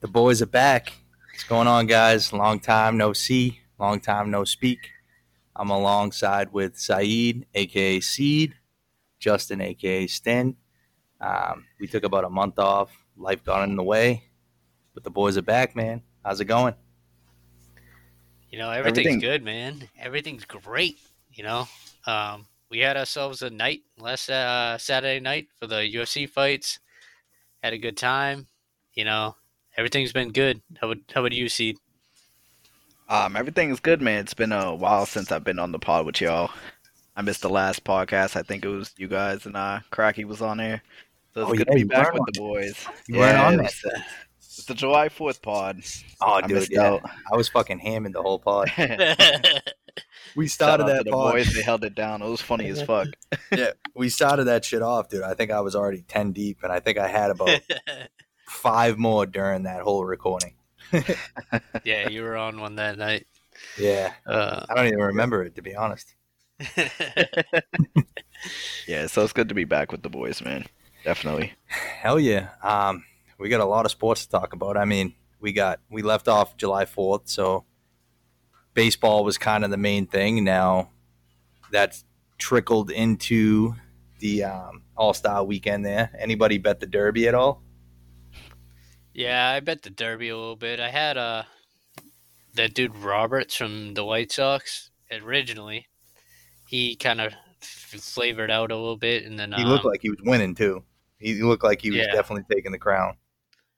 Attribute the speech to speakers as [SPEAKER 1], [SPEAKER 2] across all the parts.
[SPEAKER 1] The boys are back. What's going on, guys? Long time no see, long time no speak. I'm alongside with Saeed, aka Seed, Justin, aka Stin. Um, we took about a month off. Life got in the way, but the boys are back, man. How's it going?
[SPEAKER 2] You know, everything's
[SPEAKER 3] Everything.
[SPEAKER 2] good, man. Everything's great. You know, um, we had ourselves a night last uh, Saturday night for the UFC fights. Had a good time. You know, everything's been good. How would how would you see?
[SPEAKER 3] Um, everything's good, man. It's been a while since I've been on the pod with y'all. I missed the last podcast. I think it was you guys and uh, Cracky was on there. So it's
[SPEAKER 1] Oh,
[SPEAKER 3] good
[SPEAKER 1] yeah,
[SPEAKER 3] to be
[SPEAKER 1] you
[SPEAKER 3] back
[SPEAKER 1] weren't
[SPEAKER 3] with
[SPEAKER 1] on
[SPEAKER 3] the boys.
[SPEAKER 1] You weren't on
[SPEAKER 3] it was the- It's the July 4th pod.
[SPEAKER 1] Oh,
[SPEAKER 3] I
[SPEAKER 1] dude,
[SPEAKER 3] missed
[SPEAKER 1] yeah.
[SPEAKER 3] out.
[SPEAKER 1] I was fucking hammered the whole pod.
[SPEAKER 3] Shout
[SPEAKER 1] Oh.
[SPEAKER 2] yeah,
[SPEAKER 1] We started
[SPEAKER 3] out to
[SPEAKER 1] that
[SPEAKER 3] the
[SPEAKER 1] pod.
[SPEAKER 3] boys. They held it down. It was funny as fuck.
[SPEAKER 1] yeah, we started that shit off, dude. I think I was already ten deep, and I think I had about five more during that whole recording.
[SPEAKER 2] you were on one that night.
[SPEAKER 1] Yeah,
[SPEAKER 2] Uh,
[SPEAKER 1] I don't even remember it to be honest.
[SPEAKER 3] Yeah, so it's good to be back with the boys, man. Definitely.
[SPEAKER 1] Hell yeah, um, we got a lot of sports to talk about. I mean, we got we left off July fourth, so baseball was kind of the main thing. Now that's trickled into the um, All Star weekend. There, anybody bet the Derby at all?
[SPEAKER 2] yeah, I bet the Derby a little bit. I had uh, that dude Roberts from the White Sox originally. He kind of flavored out a little bit, and then
[SPEAKER 1] He
[SPEAKER 2] um,
[SPEAKER 1] looked like he was winning too. He looked like he was
[SPEAKER 2] Yeah.
[SPEAKER 1] definitely taking the crown.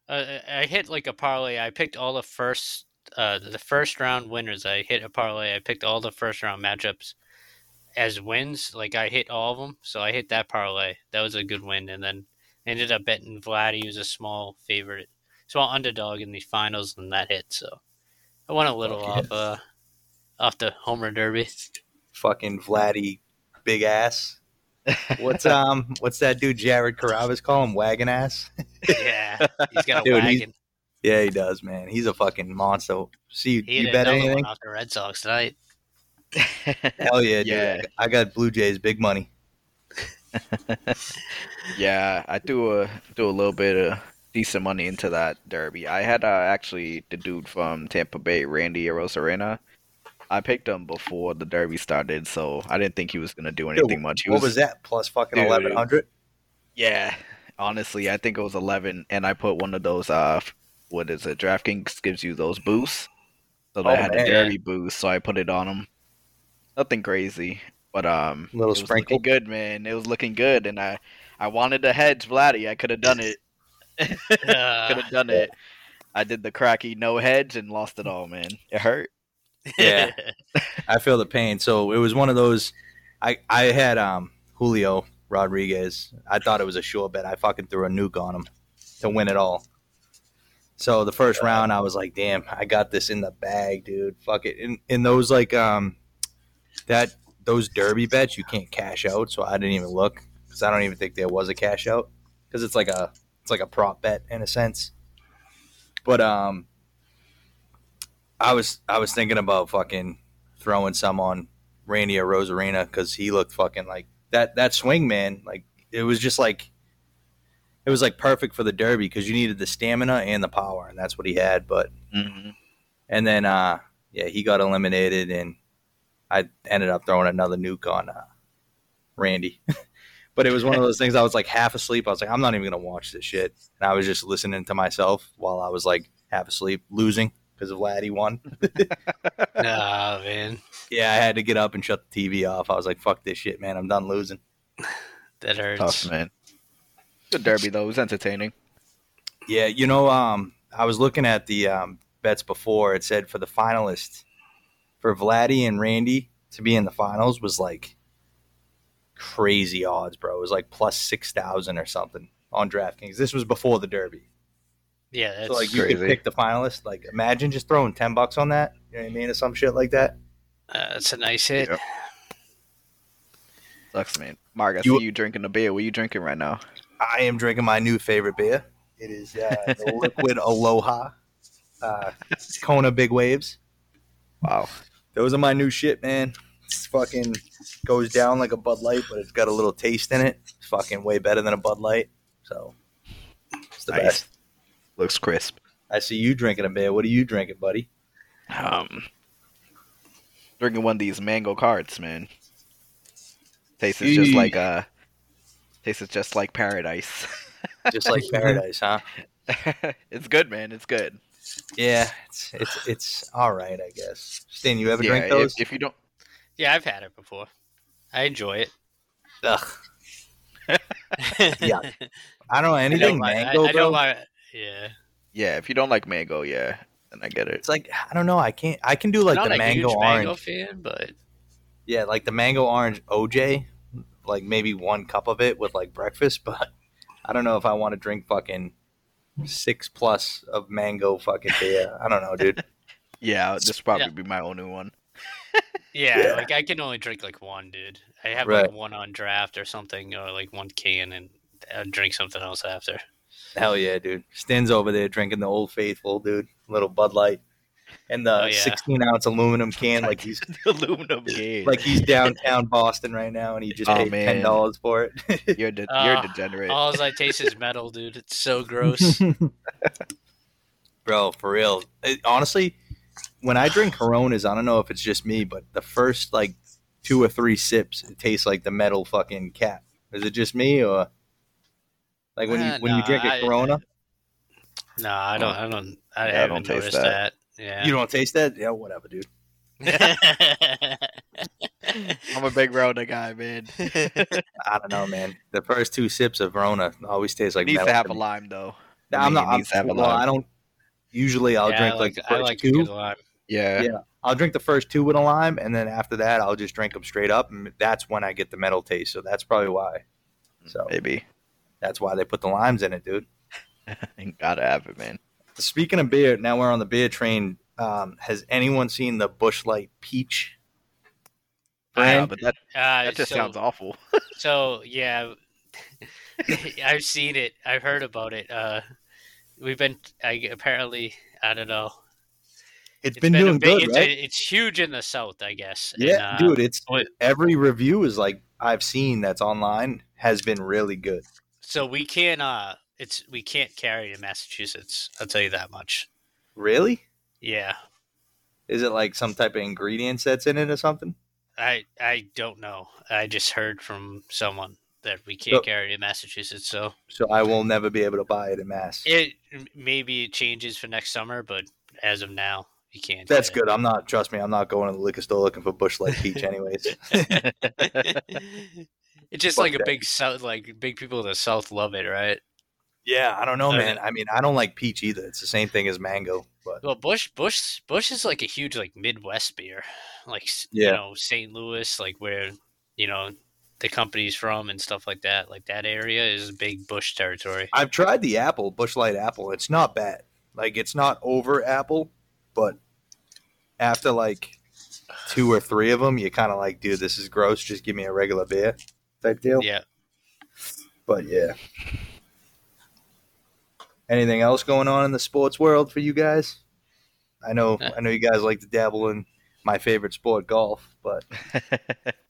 [SPEAKER 2] Uh, I hit like a parlay. I picked all the first, uh, the first round winners. I hit a parlay. I picked all the first round matchups as wins. Like I hit all of them, so I hit that parlay. That was a good win, and then I ended up betting Vlad. He was a small favorite, small underdog in the finals, and that hit. So I won a little
[SPEAKER 1] Fuck
[SPEAKER 2] off,
[SPEAKER 1] yes.
[SPEAKER 2] uh, off the Homer Derby.
[SPEAKER 1] Fucking Vladdy, big ass. What's um what's that dude Jared Carabas call him wagon ass?
[SPEAKER 2] yeah, he's got a
[SPEAKER 1] Dude, he's-
[SPEAKER 2] wagon.
[SPEAKER 1] Yeah, he does, man. He's a fucking monster. See,
[SPEAKER 2] He
[SPEAKER 1] you
[SPEAKER 2] hit
[SPEAKER 1] bet
[SPEAKER 2] another
[SPEAKER 1] anything?
[SPEAKER 2] one off the Red Sox tonight.
[SPEAKER 1] Hell yeah, dude.
[SPEAKER 3] Yeah.
[SPEAKER 1] I got Blue Jays big money.
[SPEAKER 3] Yeah, I threw a threw a little bit of decent money into that derby. I had uh, actually the dude from Tampa Bay, Randy Arosarena. I picked him before the derby started, so I didn't think he was gonna do anything much. He
[SPEAKER 1] what was, that? Plus fucking
[SPEAKER 3] Dude.
[SPEAKER 1] eleven hundred.
[SPEAKER 3] Yeah, honestly, I think it was eleven, and I put one of those. Uh, what is it? DraftKings gives you those boosts, so they
[SPEAKER 1] Oh,
[SPEAKER 3] had
[SPEAKER 1] man.
[SPEAKER 3] a derby boost, so I put it on him. Nothing crazy, but um,
[SPEAKER 1] Little
[SPEAKER 3] it was
[SPEAKER 1] sprinkle.
[SPEAKER 3] looking good, man. It was looking good, and I, I wanted to hedge Vladdy. I could have done it.
[SPEAKER 2] Uh,
[SPEAKER 3] could have done it. I did the cracky no hedge and lost it all, man. It hurt.
[SPEAKER 1] Yeah. I feel the pain. So it was one of those. I I had um Julio Rodriguez. I thought it was a sure bet. I fucking threw a nuke on him to win it all. So the first round, I was like, "Damn, I got this in the bag, dude. Fuck it." In in those like um that those derby bets, you can't cash out. So I didn't even look because I don't even think there was a cash out because it's like a it's like a prop bet in a sense. But um, I was I was thinking about fucking throwing some on Randy or Rosarina because he looked fucking like that that swing man like it was just like it was like perfect for the derby because you needed the stamina and the power and that's what he had but
[SPEAKER 3] Mm-hmm.
[SPEAKER 1] and then uh yeah he got eliminated and I ended up throwing another nuke on uh, Randy but it was one of those things I was like half asleep I was like I'm not even gonna watch this shit and I was just listening to myself while I was like half asleep losing because of Laddie won
[SPEAKER 2] nah, man,
[SPEAKER 1] Yeah, I had to get up and shut the TV off. I was like, "Fuck this shit, man! I'm done losing."
[SPEAKER 2] that hurts.
[SPEAKER 3] Tough, man. Good derby though. It was entertaining.
[SPEAKER 1] Yeah, you know, um, I was looking at the um, bets before. It said for the finalists, for Vladdy and Randy to be in the finals was like crazy odds, bro. It was like plus six thousand or something on DraftKings. This was before the Derby,
[SPEAKER 2] Yeah, that's
[SPEAKER 1] so like
[SPEAKER 2] you,
[SPEAKER 1] you could
[SPEAKER 3] crazy.
[SPEAKER 1] pick the finalists. Like, imagine just throwing ten bucks on that. You know what I mean, or some shit like that.
[SPEAKER 2] uh, that's a nice hit.
[SPEAKER 3] Yeah. Sucks, man. Mark, I
[SPEAKER 1] You-
[SPEAKER 3] see you drinking a beer. What are you drinking right now?
[SPEAKER 1] I am drinking my new favorite beer. It is uh, the Liquid Aloha uh, Kona Big Waves.
[SPEAKER 3] Wow.
[SPEAKER 1] Those are my new shit, man. It's fucking goes down like a Bud Light, but it's got a little taste in it. It's fucking way better than a Bud Light. So it's the
[SPEAKER 3] Nice.
[SPEAKER 1] best.
[SPEAKER 3] Looks crisp.
[SPEAKER 1] I see you drinking a beer. What are you drinking, buddy?
[SPEAKER 3] Um, drinking one of these mango cards, man. Tastes is just
[SPEAKER 1] Eek.
[SPEAKER 3] like uh, tastes is just like paradise.
[SPEAKER 1] Just like paradise, huh?
[SPEAKER 3] it's good, man. It's good.
[SPEAKER 1] Yeah, it's it's it's all right, I guess. Stan, you ever
[SPEAKER 3] yeah,
[SPEAKER 1] drink those?
[SPEAKER 3] If, if you don't,
[SPEAKER 2] Yeah, I've had it before. I enjoy it.
[SPEAKER 1] Ugh,
[SPEAKER 2] yeah,
[SPEAKER 1] I don't know
[SPEAKER 2] I don't
[SPEAKER 1] anything
[SPEAKER 2] mind-
[SPEAKER 1] mango,
[SPEAKER 2] I, I
[SPEAKER 1] bro.
[SPEAKER 2] don't mind- yeah,
[SPEAKER 3] yeah, if you don't like mango, yeah, then I get it.
[SPEAKER 1] it's like I don't know. I can't. I can do like
[SPEAKER 2] I'm
[SPEAKER 1] the
[SPEAKER 2] not a
[SPEAKER 1] mango
[SPEAKER 2] huge
[SPEAKER 1] orange.
[SPEAKER 2] mango fan, but
[SPEAKER 1] Yeah, like the mango orange OJ, like maybe one cup of it with like breakfast, but I don't know if I want to drink fucking six plus of mango fucking beer. I don't know, dude.
[SPEAKER 3] Yeah, this probably be my only one.
[SPEAKER 2] yeah,
[SPEAKER 1] Yeah.
[SPEAKER 2] like I can only drink like one, dude. I have
[SPEAKER 1] Right.
[SPEAKER 2] like one on draft or something, or like one can, and i drink something else after.
[SPEAKER 1] Hell yeah, dude. Stan's over there drinking the old faithful, dude. Little Bud Light. And the
[SPEAKER 2] Oh, yeah.
[SPEAKER 1] 16 ounce aluminum can, like he's
[SPEAKER 3] aluminum can.
[SPEAKER 1] like he's downtown Boston right now, and he just
[SPEAKER 3] Oh,
[SPEAKER 1] paid
[SPEAKER 3] man.
[SPEAKER 1] ten dollars for it.
[SPEAKER 3] you're de-
[SPEAKER 2] Ah,
[SPEAKER 3] you're degenerate.
[SPEAKER 2] All I taste is metal, dude. It's so gross.
[SPEAKER 1] Bro, for real. It- honestly, when I drink Coronas, I don't know if it's just me, but the first like two or three sips, it tastes like the metal fucking cap. Is it just me or like when you
[SPEAKER 2] Uh,
[SPEAKER 1] when you
[SPEAKER 2] no,
[SPEAKER 1] drink
[SPEAKER 2] I-
[SPEAKER 1] a Corona,
[SPEAKER 2] no, I don't. I don't. I
[SPEAKER 3] Yeah, I
[SPEAKER 2] haven't
[SPEAKER 3] don't taste
[SPEAKER 2] noticed that.
[SPEAKER 3] that.
[SPEAKER 2] Yeah.
[SPEAKER 1] you don't taste that? Yeah, whatever, dude.
[SPEAKER 3] I'm a big Rona guy, man.
[SPEAKER 1] I don't know, man. The first two sips of Corona always tastes like
[SPEAKER 3] needs
[SPEAKER 1] metal.
[SPEAKER 3] to have
[SPEAKER 1] to
[SPEAKER 3] a
[SPEAKER 1] me.
[SPEAKER 3] lime though.
[SPEAKER 1] Nah, I'm
[SPEAKER 3] I mean,
[SPEAKER 1] not.
[SPEAKER 3] it
[SPEAKER 1] I'm,
[SPEAKER 3] needs to have a
[SPEAKER 1] well,
[SPEAKER 3] lime.
[SPEAKER 1] I don't. Usually, I'll
[SPEAKER 2] Yeah,
[SPEAKER 1] drink
[SPEAKER 2] I
[SPEAKER 1] like,
[SPEAKER 2] like,
[SPEAKER 1] the
[SPEAKER 2] I
[SPEAKER 1] first
[SPEAKER 2] like a
[SPEAKER 1] two.
[SPEAKER 2] good lime.
[SPEAKER 3] Yeah.
[SPEAKER 1] Yeah. I'll drink the first two with a lime, and then after that, I'll just drink them straight up, and that's when I get the metal taste. So that's probably why. So
[SPEAKER 3] Mm, Maybe.
[SPEAKER 1] that's why they put the limes in it, dude.
[SPEAKER 3] You gotta have it, man.
[SPEAKER 1] Speaking of beer, now we're on the beer train. Um, has anyone seen the Bushlight Peach?
[SPEAKER 3] Yeah,
[SPEAKER 1] Brand?
[SPEAKER 3] but that,
[SPEAKER 2] Uh,
[SPEAKER 3] that just
[SPEAKER 2] so-
[SPEAKER 3] sounds awful.
[SPEAKER 2] So yeah, I've seen it. I've heard about it. Uh, we've been I, apparently I don't know.
[SPEAKER 1] it's been, doing
[SPEAKER 2] a big,
[SPEAKER 1] good,
[SPEAKER 2] it's,
[SPEAKER 1] right?
[SPEAKER 2] It's huge in the south, I guess. and,
[SPEAKER 1] yeah,
[SPEAKER 2] uh,
[SPEAKER 1] dude. It's
[SPEAKER 2] what-
[SPEAKER 1] every review is like I've seen that's online has been really good.
[SPEAKER 2] So we can't. Uh, it's we can't carry it in Massachusetts. I'll tell you that much.
[SPEAKER 1] Really?
[SPEAKER 2] Yeah,
[SPEAKER 1] Is it like some type of ingredients that's in it or something?
[SPEAKER 2] I I don't know. I just heard from someone that we can't
[SPEAKER 1] So-
[SPEAKER 2] carry it in Massachusetts. So
[SPEAKER 1] So I will never be able to buy it in mass.
[SPEAKER 2] it maybe it changes for next summer, but as of now, you can't. get
[SPEAKER 1] That's
[SPEAKER 2] it.
[SPEAKER 1] good. I'm not. Trust me, I'm not going to the liquor store looking for Bushlight Peach, anyways.
[SPEAKER 2] it's just
[SPEAKER 1] Fuck
[SPEAKER 2] like a
[SPEAKER 1] that.
[SPEAKER 2] big south, like big people in the south love it, right?
[SPEAKER 1] yeah, I don't know,
[SPEAKER 2] Okay.
[SPEAKER 1] man. I mean, I don't like peach either. It's the same thing as mango, but
[SPEAKER 2] Well, Bush, Bush, Bush is like a huge like Midwest beer, like s
[SPEAKER 1] Yeah.
[SPEAKER 2] you know St. Louis, like where you know the company's from and stuff like that. Like that area is big Bush territory.
[SPEAKER 1] I've tried the apple Bushlight apple. It's not bad. Like it's not over apple, but after like two or three of them, you kind of like, dude, this is gross. Just give me a regular beer type deal.
[SPEAKER 2] Yeah,
[SPEAKER 1] But yeah. Anything else going on in the sports world for you guys? I know,
[SPEAKER 2] Uh.
[SPEAKER 1] I know you guys like to dabble in my favorite sport, golf, but
[SPEAKER 3] Oh,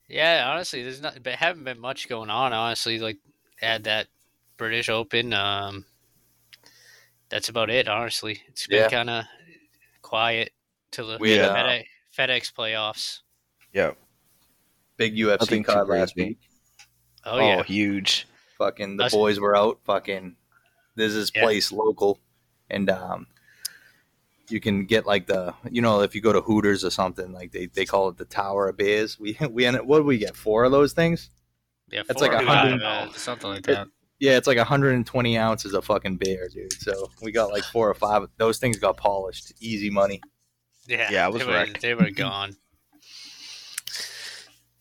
[SPEAKER 2] yeah. Honestly, there's not, but haven't been much going on. Honestly, like had that British Open. Um, that's about it. Honestly, it's been
[SPEAKER 1] Yeah.
[SPEAKER 2] kind of quiet till the
[SPEAKER 1] We, uh,
[SPEAKER 2] FedEx, FedEx playoffs.
[SPEAKER 3] yeah.
[SPEAKER 1] big UFC
[SPEAKER 3] Nothing too
[SPEAKER 1] card last
[SPEAKER 3] crazy.
[SPEAKER 1] week.
[SPEAKER 2] Oh,
[SPEAKER 3] Oh,
[SPEAKER 2] yeah.
[SPEAKER 3] huge.
[SPEAKER 1] fucking the
[SPEAKER 2] Us-
[SPEAKER 1] boys were out fucking there's this
[SPEAKER 2] Yeah.
[SPEAKER 1] place local and um you can get like the you know if you go to hooters or something like they, they call it the tower of beers we we ended, what did we get four of those things
[SPEAKER 2] Yeah,
[SPEAKER 1] That's like
[SPEAKER 2] four
[SPEAKER 1] a
[SPEAKER 2] out
[SPEAKER 1] hundred-
[SPEAKER 2] of, uh, something like
[SPEAKER 1] It-
[SPEAKER 2] that.
[SPEAKER 1] yeah it's like 120 ounces of fucking beer dude so we got like four or five those things got polished easy money
[SPEAKER 2] Yeah,
[SPEAKER 3] Yeah, I was
[SPEAKER 2] they were,
[SPEAKER 3] wrecked.
[SPEAKER 2] they were gone.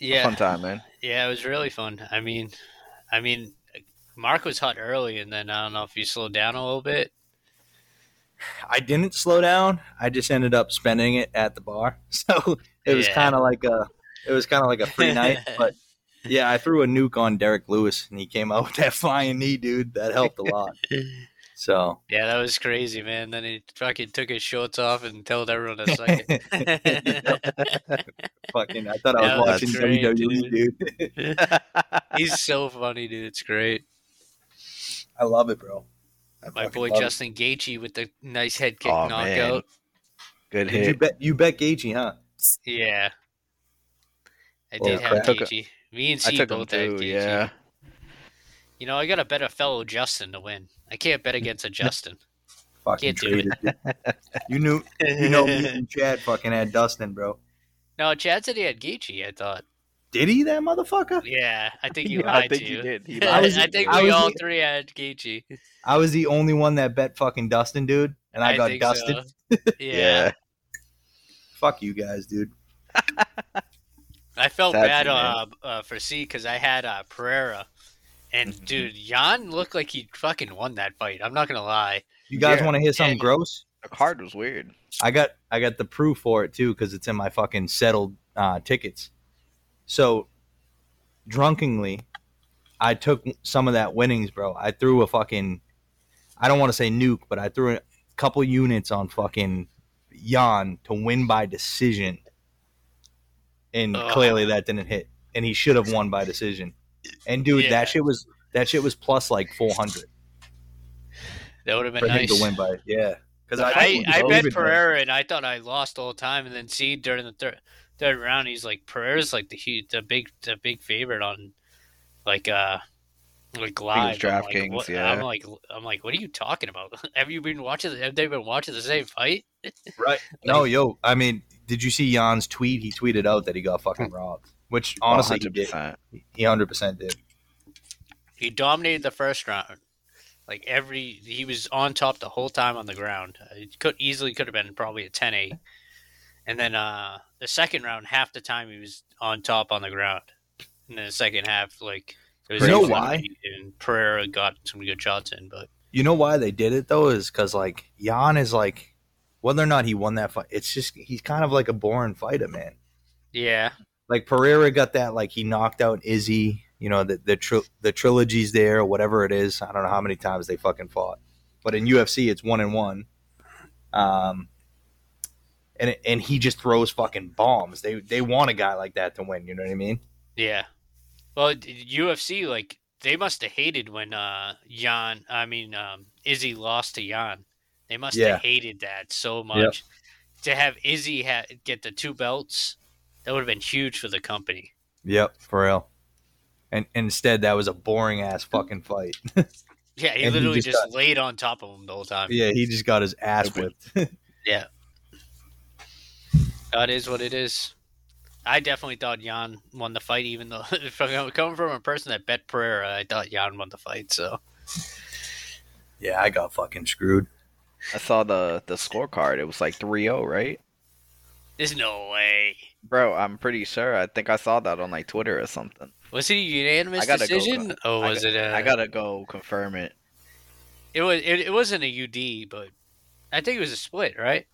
[SPEAKER 3] Fun
[SPEAKER 2] Yeah,
[SPEAKER 3] time, man.
[SPEAKER 2] yeah, it was really fun. I mean, I mean, Mark was hot early, and then I don't know if you slowed down a little bit.
[SPEAKER 1] i didn't slow down i just ended up spending it at the bar so it was
[SPEAKER 2] Yeah.
[SPEAKER 1] kind of like a it was kind of like a free night but Yeah, I threw a nuke on Derek Lewis, and he came out with that flying knee, dude. That helped a lot. So
[SPEAKER 2] Yeah, that was crazy, man. Then he fucking took his shorts off and told everyone to suck it.
[SPEAKER 1] fucking, I thought I
[SPEAKER 2] Yeah,
[SPEAKER 1] was
[SPEAKER 2] that's
[SPEAKER 1] watching
[SPEAKER 2] great,
[SPEAKER 1] WWE, dude.
[SPEAKER 2] He's so funny, dude. It's great.
[SPEAKER 1] I love it, bro.
[SPEAKER 3] I
[SPEAKER 2] My
[SPEAKER 3] fucking
[SPEAKER 2] boy
[SPEAKER 3] love it.
[SPEAKER 2] Justin Gaethje with the nice head kick
[SPEAKER 3] Aw, man.
[SPEAKER 2] knockout.
[SPEAKER 3] Good
[SPEAKER 1] Did you
[SPEAKER 3] hit.
[SPEAKER 1] bet you bet Gaethje, huh?
[SPEAKER 2] Yeah, I
[SPEAKER 1] Well,
[SPEAKER 2] did
[SPEAKER 3] I
[SPEAKER 2] have
[SPEAKER 3] took a-
[SPEAKER 2] Gaethje. Me and
[SPEAKER 3] I
[SPEAKER 2] C
[SPEAKER 3] took him
[SPEAKER 2] both had
[SPEAKER 3] too.
[SPEAKER 2] Gaethje.
[SPEAKER 3] Yeah.
[SPEAKER 2] You know, I gotta bet a fellow Justin to win. I can't bet against a Justin.
[SPEAKER 1] Fucking
[SPEAKER 2] Can't do it.
[SPEAKER 1] traitor, dude. You knew you know me and Chad fucking had Dustin, bro.
[SPEAKER 2] no, Chad said he had Gaethje. I thought.
[SPEAKER 1] Did he that motherfucker?
[SPEAKER 2] Yeah, I think you
[SPEAKER 3] Yeah,
[SPEAKER 2] lied
[SPEAKER 3] I think
[SPEAKER 2] to
[SPEAKER 3] you
[SPEAKER 2] you.
[SPEAKER 3] did. He
[SPEAKER 2] I,
[SPEAKER 1] I
[SPEAKER 3] lied.
[SPEAKER 1] was-
[SPEAKER 2] think
[SPEAKER 1] I
[SPEAKER 2] we
[SPEAKER 1] was-
[SPEAKER 2] all three had Gaethje.
[SPEAKER 1] I was the only one that bet fucking Dustin, dude, and I, got
[SPEAKER 2] think
[SPEAKER 1] dusted.
[SPEAKER 2] so. Yeah.
[SPEAKER 3] yeah.
[SPEAKER 1] Fuck you guys, dude.
[SPEAKER 2] I felt
[SPEAKER 3] That's
[SPEAKER 2] bad
[SPEAKER 3] it,
[SPEAKER 2] uh,
[SPEAKER 3] man.
[SPEAKER 2] uh, for C because I had uh, Pereira, and
[SPEAKER 3] Mhm.
[SPEAKER 2] dude, Jan looked like he fucking won that fight. I'm not gonna lie.
[SPEAKER 1] You guys
[SPEAKER 3] Yeah.
[SPEAKER 1] want to hear something
[SPEAKER 2] Yeah.
[SPEAKER 1] gross?
[SPEAKER 3] The card was weird.
[SPEAKER 1] I got I got the proof for it too because it's in my fucking settled uh, tickets. So, drunkenly, I took some of that winnings, bro. I threw a fucking I don't want to say nuke, but I threw a couple units on fucking Jan to win by decision, and
[SPEAKER 2] Ugh.
[SPEAKER 1] clearly that didn't hit, and he should have won by decision. And dude,
[SPEAKER 2] Yeah.
[SPEAKER 1] that shit was that shit was plus like four hundred
[SPEAKER 2] That would have been
[SPEAKER 1] for
[SPEAKER 2] nice.
[SPEAKER 1] him to win by, yeah. Because
[SPEAKER 2] I, I bet Pereira, and I thought I lost all the time, and then see during the third third round, he's like Pereira's like the huge, the big, the big favorite on, like uh, like live I'm like,
[SPEAKER 3] DraftKings,
[SPEAKER 2] what-
[SPEAKER 3] yeah.
[SPEAKER 2] I'm like, I'm like, what are you talking about? have you been watching? Have they been watching the same fight?
[SPEAKER 1] Right. No, yo, I mean, did you see Jan's tweet? He tweeted out that he got fucking robbed, which
[SPEAKER 3] Oh,
[SPEAKER 1] honestly, he did.
[SPEAKER 3] 100%.
[SPEAKER 1] He 100% did.
[SPEAKER 2] He dominated the first round. Like every, he was on top the whole time on the ground. It could easily could have been probably a 10-8. and then uh the second round, half the time he was on top on the ground. And then the second half, like it was
[SPEAKER 1] You know
[SPEAKER 2] even
[SPEAKER 1] why?
[SPEAKER 2] And Pereira got some good shots in, but
[SPEAKER 1] You know why they did it, though, is because, like, Jan is like, whether or not he won that fight, it's just, he's kind of like a boring fighter, man.
[SPEAKER 2] yeah,
[SPEAKER 1] Like, Pereira got that, like, he knocked out Izzy, you know, the, the, tri- the trilogy's there, or whatever it is. I don't know how many times they fucking fought. But in UFC, it's one and one. Um, and, and he just throws fucking bombs. They they want a guy like that to win. You know what I mean?
[SPEAKER 2] yeah. Well, d- UFC like they must have hated when uh Jan, I mean um Izzy lost to Jan. They must
[SPEAKER 1] Yeah.
[SPEAKER 2] have hated that so much. To have Izzy ha- get the two belts, that would have been huge for the company.
[SPEAKER 1] Yep, for real. And and instead, that was a boring ass fucking fight.
[SPEAKER 2] Yeah, he
[SPEAKER 1] And he
[SPEAKER 2] literally
[SPEAKER 1] just
[SPEAKER 2] just, laid on top of him the whole time.
[SPEAKER 1] yeah, he just got his ass whipped.
[SPEAKER 2] That is what it is. I definitely thought Jan won the fight, even though from- coming from a person that bet Pereira, I thought Jan won the fight. So
[SPEAKER 1] yeah, I got fucking screwed.
[SPEAKER 3] I saw the the scorecard. It was like 3-0, right?
[SPEAKER 2] there's no way.
[SPEAKER 3] Bro, I'm pretty sure. I think I saw that on like Twitter or something.
[SPEAKER 2] Was it a unanimous
[SPEAKER 3] I gotta go,
[SPEAKER 2] decision?
[SPEAKER 3] Con.
[SPEAKER 2] oh,
[SPEAKER 3] I
[SPEAKER 2] was
[SPEAKER 3] got-
[SPEAKER 2] it? A,
[SPEAKER 3] I gotta go confirm it.
[SPEAKER 2] It was. It, it wasn't a UD, but I think it was a split, right?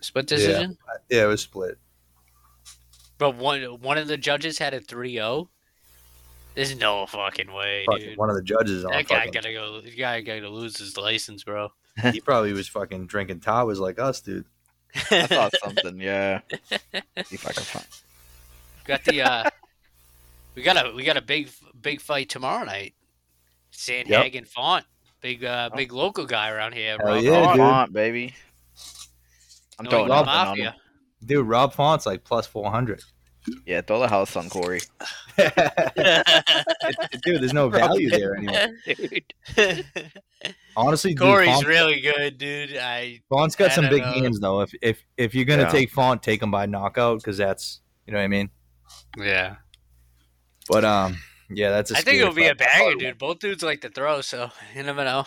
[SPEAKER 2] Split
[SPEAKER 1] Yeah.
[SPEAKER 2] decision.
[SPEAKER 1] Yeah, it was split.
[SPEAKER 2] But one one of the judges had a 3-0. There's no fucking way,
[SPEAKER 1] Fucking
[SPEAKER 2] dude.
[SPEAKER 1] one of the judges on.
[SPEAKER 2] That guy
[SPEAKER 1] fucking-
[SPEAKER 2] gotta go. That guy gotta lose his license, bro.
[SPEAKER 1] he probably was fucking drinking towers like us, dude.
[SPEAKER 3] I saw something, yeah. See if I can find
[SPEAKER 2] Got the uh, we got a we got a big big fight tomorrow night. Sandhagen Font, big uh, big local guy around here.
[SPEAKER 1] Hell
[SPEAKER 2] Rob
[SPEAKER 1] yeah,
[SPEAKER 2] Font.
[SPEAKER 1] dude.
[SPEAKER 3] Font, Oh, baby. I'm
[SPEAKER 2] Knowing
[SPEAKER 3] throwing
[SPEAKER 2] the
[SPEAKER 1] Rob
[SPEAKER 3] nothing on him.
[SPEAKER 2] mafia.
[SPEAKER 1] Dude, Rob Font's like plus four hundred.
[SPEAKER 3] Yeah, throw the house on Corey.
[SPEAKER 1] dude, there's no value there anymore. Honestly, dude,
[SPEAKER 2] Corey's
[SPEAKER 1] Font,
[SPEAKER 2] really uh, good, dude. I
[SPEAKER 1] Font's got
[SPEAKER 2] I
[SPEAKER 1] some
[SPEAKER 2] don't
[SPEAKER 1] big
[SPEAKER 2] know.
[SPEAKER 1] hands though. If if if you're gonna
[SPEAKER 3] Yeah.
[SPEAKER 1] take Font, take him by knockout because that's you know what I mean.
[SPEAKER 2] yeah.
[SPEAKER 1] But um, yeah, that's. a
[SPEAKER 2] I
[SPEAKER 1] scary
[SPEAKER 2] think it'll be a
[SPEAKER 1] fight.
[SPEAKER 2] banger, dude. Both dudes like to throw, so you never know.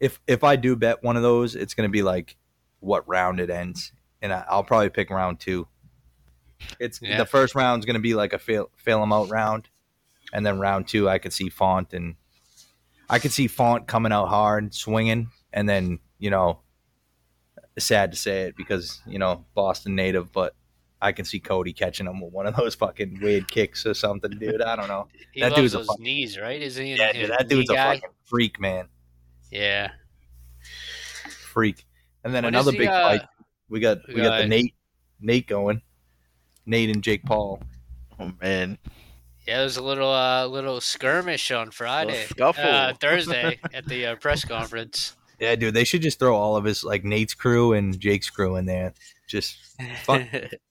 [SPEAKER 1] if if I do bet one of those, it's gonna be like what round it ends, and I, I'll probably pick round two. It's
[SPEAKER 2] Yeah.
[SPEAKER 1] the first round's gonna be like a fail fail 'em out round, and then round two I could see Font and I could see Font coming out hard, swinging, and then you know, sad to say it because you know Boston native, but I can see Cody catching him with one of those fucking weird kicks or something, dude. I don't know.
[SPEAKER 2] He
[SPEAKER 1] That
[SPEAKER 2] loves
[SPEAKER 1] dude's a
[SPEAKER 2] those
[SPEAKER 1] fuck-
[SPEAKER 2] knees, right? Isn't he?
[SPEAKER 1] Yeah,
[SPEAKER 2] a-
[SPEAKER 1] dude,
[SPEAKER 2] a
[SPEAKER 1] that dude's
[SPEAKER 2] knee
[SPEAKER 1] a
[SPEAKER 2] guy?
[SPEAKER 1] fucking freak, man,
[SPEAKER 2] Yeah.
[SPEAKER 1] freak. And then
[SPEAKER 2] What is
[SPEAKER 1] another
[SPEAKER 2] the,
[SPEAKER 1] big
[SPEAKER 2] uh,
[SPEAKER 1] fight. We got we got
[SPEAKER 2] Guy.
[SPEAKER 1] the Nate Nate going. Nate and Jake Paul.
[SPEAKER 3] Oh man.
[SPEAKER 2] Yeah, there was a little uh, little skirmish on Friday,
[SPEAKER 3] scuffle.
[SPEAKER 2] uh, Thursday at the uh, press conference.
[SPEAKER 1] Yeah, dude, they should just throw all of his like Nate's crew and Jake's crew in there. Just fuck,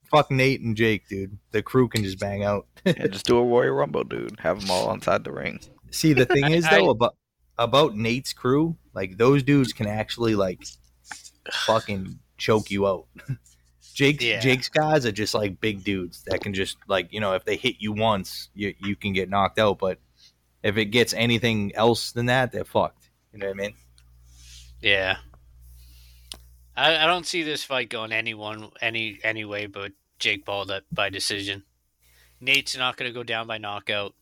[SPEAKER 1] fuck Nate and Jake, dude. The crew can just bang out.
[SPEAKER 3] Yeah, just do a Royal Rumble, dude. Have them all inside the ring.
[SPEAKER 1] See, the thing is
[SPEAKER 2] I-
[SPEAKER 1] though about about Nate's crew, like those dudes can actually like fucking choke you out. Jake's
[SPEAKER 2] Yeah.
[SPEAKER 1] Jake's guys are just like big dudes that can just like you know if they hit you once, you you can get knocked out. But if it gets anything else than that, they're fucked. You know what I mean?
[SPEAKER 2] Yeah. I, I don't see this fight going anyone any any way but Jake Paul that by decision. Nate's not going to go down by knockout.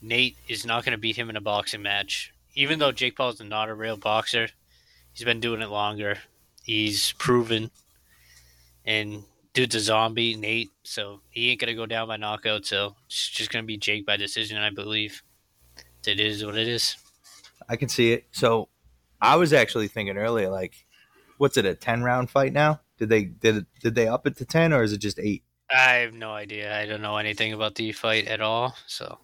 [SPEAKER 2] Nate is not going to beat him in a boxing match. Even though Jake Paul's not a real boxer, he's been doing it longer. He's proven. And dude's a zombie, Nate, so he ain't going to go down by knockout. So it's just going to be Jake by decision, I believe. It is what it is.
[SPEAKER 1] I can see it. So I was actually thinking earlier, like, what's it a ten round fight now? Did they did it, did they up it to ten or is it just eight?
[SPEAKER 2] I have no idea. I don't know anything about the fight at all. So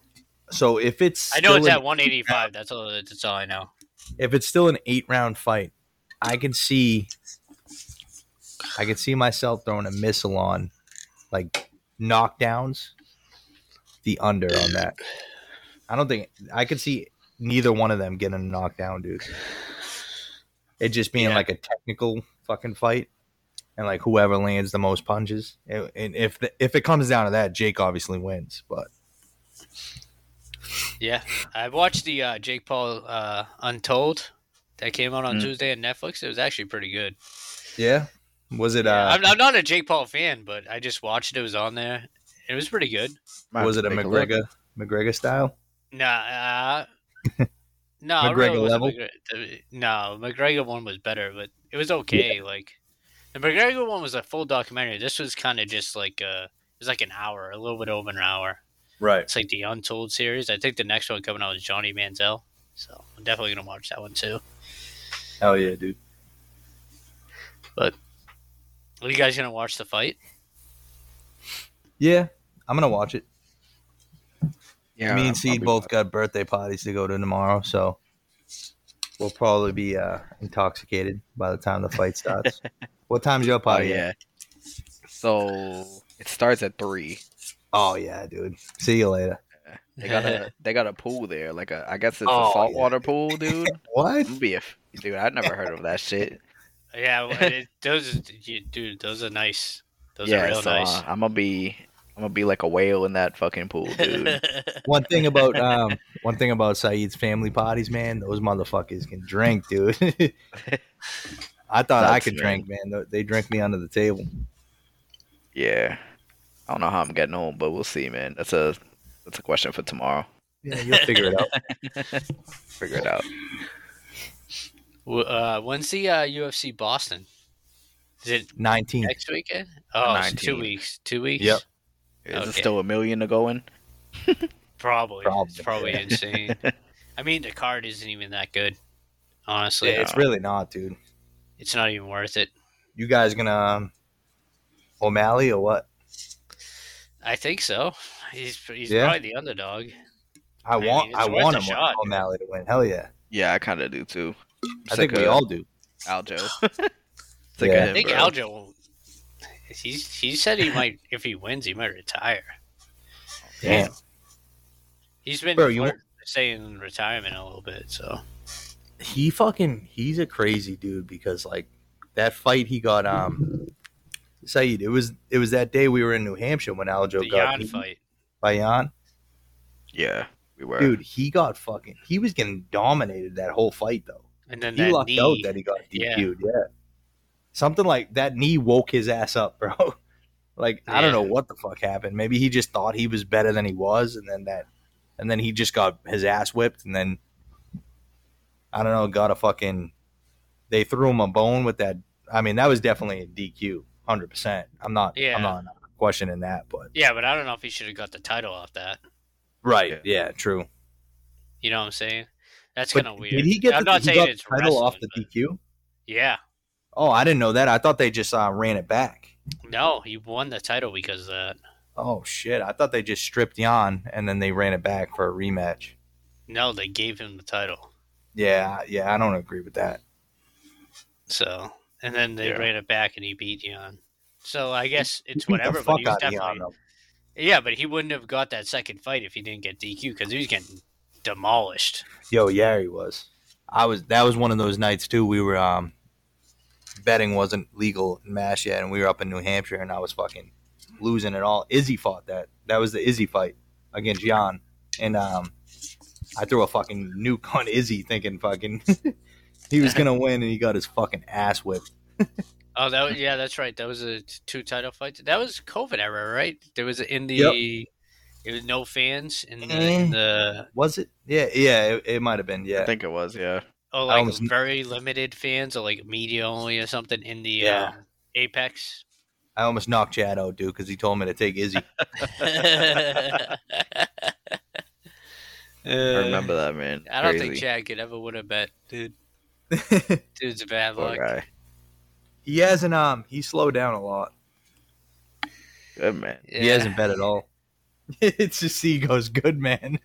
[SPEAKER 1] So if it's
[SPEAKER 2] I know
[SPEAKER 1] still
[SPEAKER 2] it's
[SPEAKER 1] an-
[SPEAKER 2] at 185. That's all. That's all I know.
[SPEAKER 1] if it's still an eight round fight, I can see I can see myself throwing a missile on like knockdowns, the under on that. I don't think I could see neither one of them getting a knockdown, dude. It just being
[SPEAKER 2] Yeah.
[SPEAKER 1] like a technical fucking fight, and like whoever lands the most punches, and, and if the, if it comes down to that, Jake obviously wins. But
[SPEAKER 2] Yeah, I watched the uh, Jake Paul uh, Untold that came out on
[SPEAKER 3] Mm.
[SPEAKER 2] Tuesday on Netflix. It was actually pretty good.
[SPEAKER 1] yeah, was it
[SPEAKER 2] Yeah,
[SPEAKER 1] uh,
[SPEAKER 2] I'm, I'm not a Jake Paul fan, but I just watched it. It was on there. It was pretty good.
[SPEAKER 3] Might
[SPEAKER 1] was
[SPEAKER 3] have
[SPEAKER 1] it a
[SPEAKER 3] to take look.
[SPEAKER 1] McGregor McGregor style?
[SPEAKER 2] Nah, uh, no,
[SPEAKER 1] McGregor level?
[SPEAKER 2] no, McGregor one was better, but it was okay. Like the McGregor one was a full documentary. This was kind of just like uh it was like an hour, a little bit over an hour.
[SPEAKER 1] Right.
[SPEAKER 2] It's like the Untold series. I think the next one coming out is Johnny Manziel, so I'm definitely gonna watch that one too.
[SPEAKER 1] Hell yeah, dude.
[SPEAKER 2] Are you guys gonna watch the fight?
[SPEAKER 1] Yeah, I'm gonna watch it.
[SPEAKER 3] Yeah,
[SPEAKER 1] Me
[SPEAKER 3] I'll
[SPEAKER 1] and Seed
[SPEAKER 3] be-
[SPEAKER 1] both got birthday parties to go to tomorrow, so we'll probably be uh, intoxicated by the time the fight starts. what time's your
[SPEAKER 3] Oh
[SPEAKER 1] party? at?
[SPEAKER 3] yeah. So it starts at three.
[SPEAKER 1] Oh yeah, dude. See you later.
[SPEAKER 3] They got a they got a pool there, like a I guess it's
[SPEAKER 1] Oh,
[SPEAKER 3] a saltwater pool, dude.
[SPEAKER 1] What?
[SPEAKER 3] I'm be a f- dude. I've never heard of that shit.
[SPEAKER 2] Yeah, well, it, those you- dude, those are nice. Those
[SPEAKER 3] yeah,
[SPEAKER 2] are real
[SPEAKER 3] so
[SPEAKER 2] nice.
[SPEAKER 3] uh, I'm gonna be I'm gonna be like a whale in that fucking pool, dude.
[SPEAKER 1] One thing about um, one thing about Saeed's family parties, man. Those motherfuckers can drink, dude. I thought I
[SPEAKER 3] That's
[SPEAKER 1] could drink, man. They- They drink me under the table.
[SPEAKER 3] yeah, I don't know how I'm getting home, but we'll see, man. That's a that's a question for tomorrow.
[SPEAKER 1] Yeah, you'll figure it out.
[SPEAKER 3] Figure it out.
[SPEAKER 2] W- uh, when's the uh, UFC Boston? Is it
[SPEAKER 3] Hmm.
[SPEAKER 1] Nineteen.
[SPEAKER 2] next weekend? Oh, it's in two
[SPEAKER 3] 19th.
[SPEAKER 2] weeks. Two weeks.
[SPEAKER 1] Yep.
[SPEAKER 3] Is it
[SPEAKER 2] Okay.
[SPEAKER 3] still a million to go in?
[SPEAKER 2] Probably. It's
[SPEAKER 1] Probably.
[SPEAKER 2] probably insane. I mean, the card isn't even that good. Honestly,
[SPEAKER 1] Yeah, it's really not, dude.
[SPEAKER 2] it's not even worth it.
[SPEAKER 1] You guys gonna um, O'Malley or what?
[SPEAKER 2] I think so. He's he's
[SPEAKER 1] Yeah.
[SPEAKER 2] probably the underdog.
[SPEAKER 1] I
[SPEAKER 2] mean,
[SPEAKER 1] want
[SPEAKER 2] it's
[SPEAKER 1] I
[SPEAKER 2] worth
[SPEAKER 1] want
[SPEAKER 2] a
[SPEAKER 1] him
[SPEAKER 2] shot.
[SPEAKER 1] O'Malley to win. Hell yeah.
[SPEAKER 3] Yeah, I kind of do too.
[SPEAKER 1] I think we all do.
[SPEAKER 3] Aljo. Sick
[SPEAKER 1] Yeah.
[SPEAKER 3] of
[SPEAKER 2] I
[SPEAKER 3] him,
[SPEAKER 2] think
[SPEAKER 3] bro.
[SPEAKER 2] Aljo. will- He's he said he might if he wins he might retire.
[SPEAKER 1] Damn.
[SPEAKER 2] He's been
[SPEAKER 1] Bro, you
[SPEAKER 2] flirt- saying retirement a little bit. So
[SPEAKER 1] He fucking he's a crazy dude because like that fight he got um Saeed, it was it was that day we were in New Hampshire when Aljo
[SPEAKER 2] the
[SPEAKER 1] got
[SPEAKER 2] Yan
[SPEAKER 1] beaten
[SPEAKER 2] fight.
[SPEAKER 1] by Jan.
[SPEAKER 3] Yeah, we were.
[SPEAKER 1] Dude, he got fucking he was getting dominated that whole fight though.
[SPEAKER 2] And then
[SPEAKER 1] He
[SPEAKER 2] that
[SPEAKER 1] lucked
[SPEAKER 2] knee.
[SPEAKER 1] out that he got
[SPEAKER 2] Yeah.
[SPEAKER 1] DQ'd, yeah. Something like that knee woke his ass up, bro. Like I don't
[SPEAKER 2] Yeah.
[SPEAKER 1] know what the fuck happened. Maybe he just thought he was better than he was, and then that, and then he just got his ass whipped, and then I don't know, got a fucking. They threw him a bone with that. I mean, that was definitely a DQ, hundred percent. I'm not,
[SPEAKER 2] Yeah.
[SPEAKER 1] I'm not questioning that, but
[SPEAKER 2] yeah, but I don't know if he should have got the title off that.
[SPEAKER 1] right,
[SPEAKER 3] Yeah.
[SPEAKER 1] yeah, true.
[SPEAKER 2] You know what I'm saying? That's
[SPEAKER 1] But
[SPEAKER 2] kind of weird.
[SPEAKER 1] Did he get
[SPEAKER 2] I'm
[SPEAKER 1] the,
[SPEAKER 2] not
[SPEAKER 1] he
[SPEAKER 2] saying
[SPEAKER 1] got the
[SPEAKER 2] it's
[SPEAKER 1] title off the
[SPEAKER 2] wrestling, but-
[SPEAKER 1] DQ?
[SPEAKER 2] Yeah,
[SPEAKER 1] Oh, I didn't know that. I thought they just uh, ran it back.
[SPEAKER 2] no, he won the title because of that.
[SPEAKER 1] Oh shit! I thought they just stripped Jan and then they ran it back for a rematch.
[SPEAKER 2] No, they gave him the title.
[SPEAKER 1] Yeah, yeah, I don't agree with that.
[SPEAKER 2] So and then they
[SPEAKER 3] Yeah.
[SPEAKER 2] ran it back and he beat Jan. So I guess it's
[SPEAKER 1] Beat
[SPEAKER 2] whatever.
[SPEAKER 1] The
[SPEAKER 2] but
[SPEAKER 1] fuck
[SPEAKER 2] he was
[SPEAKER 1] out of
[SPEAKER 2] definitely-
[SPEAKER 1] Jan, though.
[SPEAKER 2] yeah, but he wouldn't have got that second fight if he didn't get DQ because he was getting demolished.
[SPEAKER 1] Yo, yeah, he was. I was. That was one of those nights too. We were um, betting wasn't legal in Mash yet, and we were up in New Hampshire, and I was fucking losing it all. Izzy fought that. That was the Izzy fight against Jan, and um, I threw a fucking nuke on Izzy, thinking fucking he was gonna win, and he got his fucking ass whipped.
[SPEAKER 2] Oh, that was, yeah, that's right. That was a t- two title fights. That was COVID era, right? There was in the it was no fans in the, in
[SPEAKER 1] Eh.
[SPEAKER 2] the
[SPEAKER 1] Was it? Yeah, yeah. It, it might have been.
[SPEAKER 3] I
[SPEAKER 1] Yeah,
[SPEAKER 3] think it was, yeah.
[SPEAKER 2] oh like
[SPEAKER 1] almost-
[SPEAKER 2] very limited fans or like media only or something in the
[SPEAKER 1] Yeah.
[SPEAKER 2] um, Apex.
[SPEAKER 1] I almost knocked Chad out, dude, because he told me to take Izzy. Uh,
[SPEAKER 3] I remember that man.
[SPEAKER 2] I don't think
[SPEAKER 3] Crazy.
[SPEAKER 2] Chad could ever win a bet, dude. Dude's a bad
[SPEAKER 3] Poor
[SPEAKER 2] luck.
[SPEAKER 3] guy.
[SPEAKER 1] he hasn't. Um, he slowed down a lot.
[SPEAKER 3] Good man.
[SPEAKER 1] He hasn't bet at all. it's just he goes, good man.